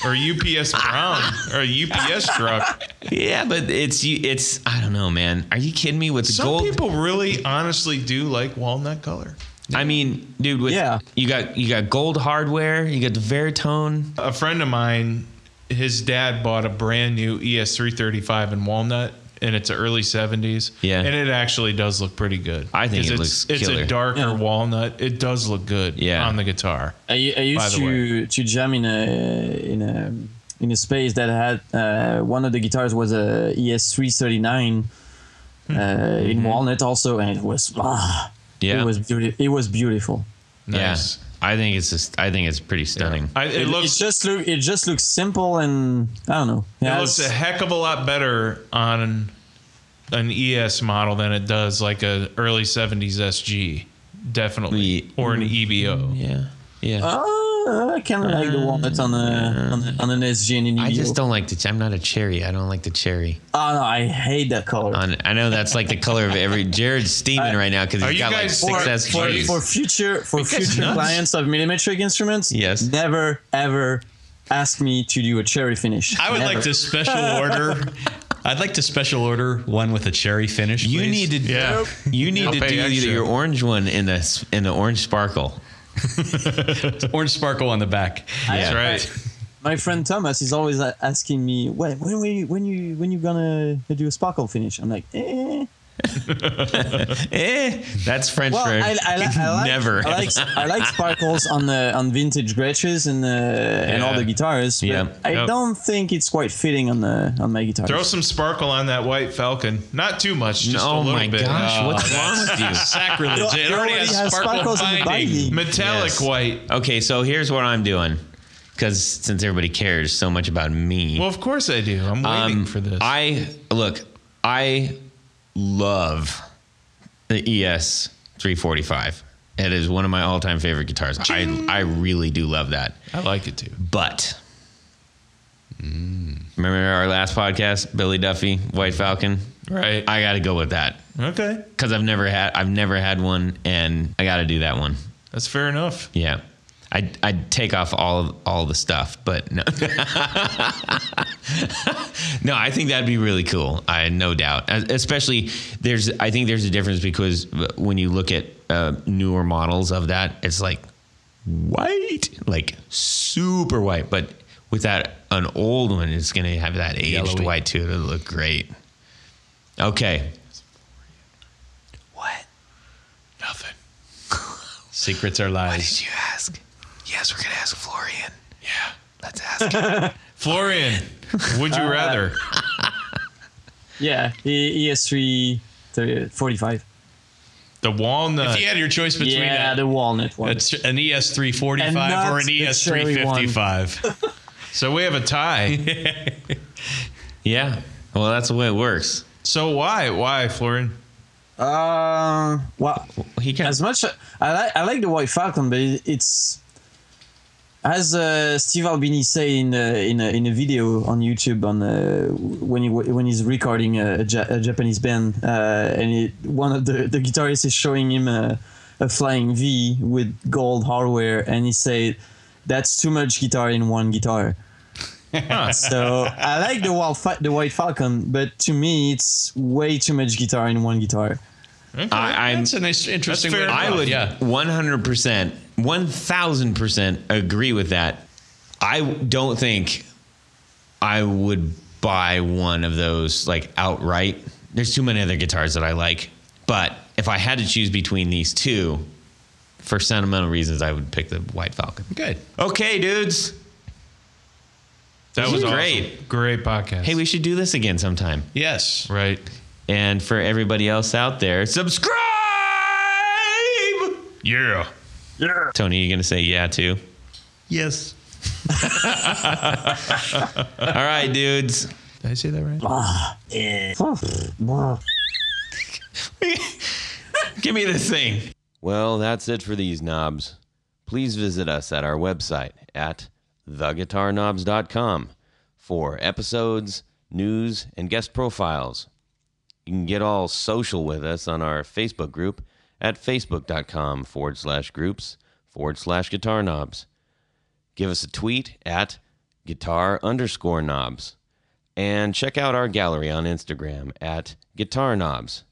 or UPS Brown or UPS truck.
Yeah, but it's you. It's I don't know, man. Are you kidding me? With the
Some
gold,
people really honestly do like walnut color.
I mean, dude. With
Yeah.
you got you got gold hardware. You got the Veritone.
A friend of mine, his dad bought a brand new E ES335 in walnut, and it's an early 70s.
Yeah.
And it actually does look pretty good.
I think
'Cause
it
it's,
looks
It's
killer.
a darker
Yeah.
walnut. It does look good
Yeah.
on the guitar.
I, I
By the
used to to jam in a in a in a space that had uh, one of the guitars was a E ES339 uh,
Hmm.
in walnut also, and it was ah,
Yeah.
it was beautiful. It was beautiful.
Nice.
Yeah. I think it's just. I think it's pretty stunning.
I, it,
It,
looks
it just look it just looks simple and I don't know.
It
Yeah,
looks a
it's-
heck of a lot better on an ES model than it does like a early 70s SG, definitely,
Ye-
or an E EBO.
Yeah. Yeah.
Uh, I kind of like the walnut on a on, a, on an SG and an E
I
EVO.
just don't like the. ch- I'm not a cherry. I don't like the cherry.
Oh no, I hate that color.
On, I know that's like the color of every. Jared's steaming right now because
Are
he's
you
got like
guys-
six
Or-
for,
SGs.
for future for future
nuts.
clients of millimetric instruments.
Yes.
Never ever ask me to do a cherry finish.
I would
Never.
like to special order. I'd like to special order one with a cherry finish.
you need
please.
to.
Yeah.
You need
I'll
to
pay
do
extra.
your orange one in the s- in the orange sparkle.
orange sparkle on the back.
That's right.
My friend Thomas is always uh, asking me when when we, when you when you gonna do a sparkle finish. I'm like, eh.
Eh, that's French
Well,
for
I, I, li- I like,
never.
I like I like sparkles on the on vintage Gretches and uh, and all
Yeah.
the guitars. But
Yeah.
I
Yep.
don't think it's quite fitting on the on my guitar.
Throw some sparkle on that white Falcon. Not too much, just a
oh
little
my
bit.
gosh, what's wrong with you?
Sacrilege. It, already has, sparkle
on the
binding.
binding.
Metallic
Yes.
white.
Okay, so here's what I'm doing, because since everybody cares so much about me,
Well, of course I do. I'm waiting
um,
for this.
I look, I love the E ES 345. It is one of my all-time favorite guitars. I I really do love that.
I like it too.
But
Mm.
remember our last podcast, Billy Duffy, White Falcon.
Right.
I got to go with that
okay.
because I've never had I've never had one, and I got to do that one.
That's fair enough.
Yeah. I'd, I'd take off all of all the stuff, but no. no, I think that'd be really cool. I no doubt. As- Especially there's I think there's a difference because when you look at uh, newer models of that, it's like white, like super white, but with that an old one it's going to have that aged
Yellowy.
white too. It'll look great. Okay. What?
Nothing.
Secrets are lies.
Did you ask? Yes, we're going to ask Florian.
Yeah.
Let's ask
Florian, would you rather?
Yeah, E- ES3 30, 45.
The walnut.
If you had your choice between
yeah,
a-
the walnut one.
a ch- an ES three forty
And
five
not
or an
the
ES three
cherry one.
fifty five.
So we have a tie.
Yeah. Well, that's the way it works.
so why? Why, Florian?
Uh, well,
He can.
as much I like I like the White Falcon, but it, it's as uh, Steve Albini say in a, in a, in a video on YouTube on uh, when he when he's recording a, a, ja- a Japanese band, uh, and it, one of the the guitarists is showing him a, a flying V with gold hardware, and he said that's too much guitar in one guitar. so I like the wild fa- the White Falcon, but to me it's way too much guitar in one guitar.
I, I'm
That's a nice, interesting.
fair
way to
enough.
I
put it,
would
Yeah.
100%, 1000% agree with that. I don't think I would buy one of those like outright. There's too many other guitars that I like. But if I had to choose between these two, for sentimental reasons, I would pick the White Falcon.
Good.
Okay, dudes. This
That was
is
awesome.
great.
Great podcast.
Hey, we should do this again sometime.
Yes.
right.
And for everybody else out there, subscribe.
Yeah.
Tony, you gonna say yeah too?
Yes.
All right, dudes.
Did I say that right?
Give me this thing. Well, that's it for these knobs. Please visit us at our website at theguitarknobs.com for episodes, news, and guest profiles. You can get all social with us on our Facebook group at facebook.com forward slash groups forward slash guitar knobs. Give us a tweet at guitar underscore knobs. And check out our gallery on Instagram at guitar knobs.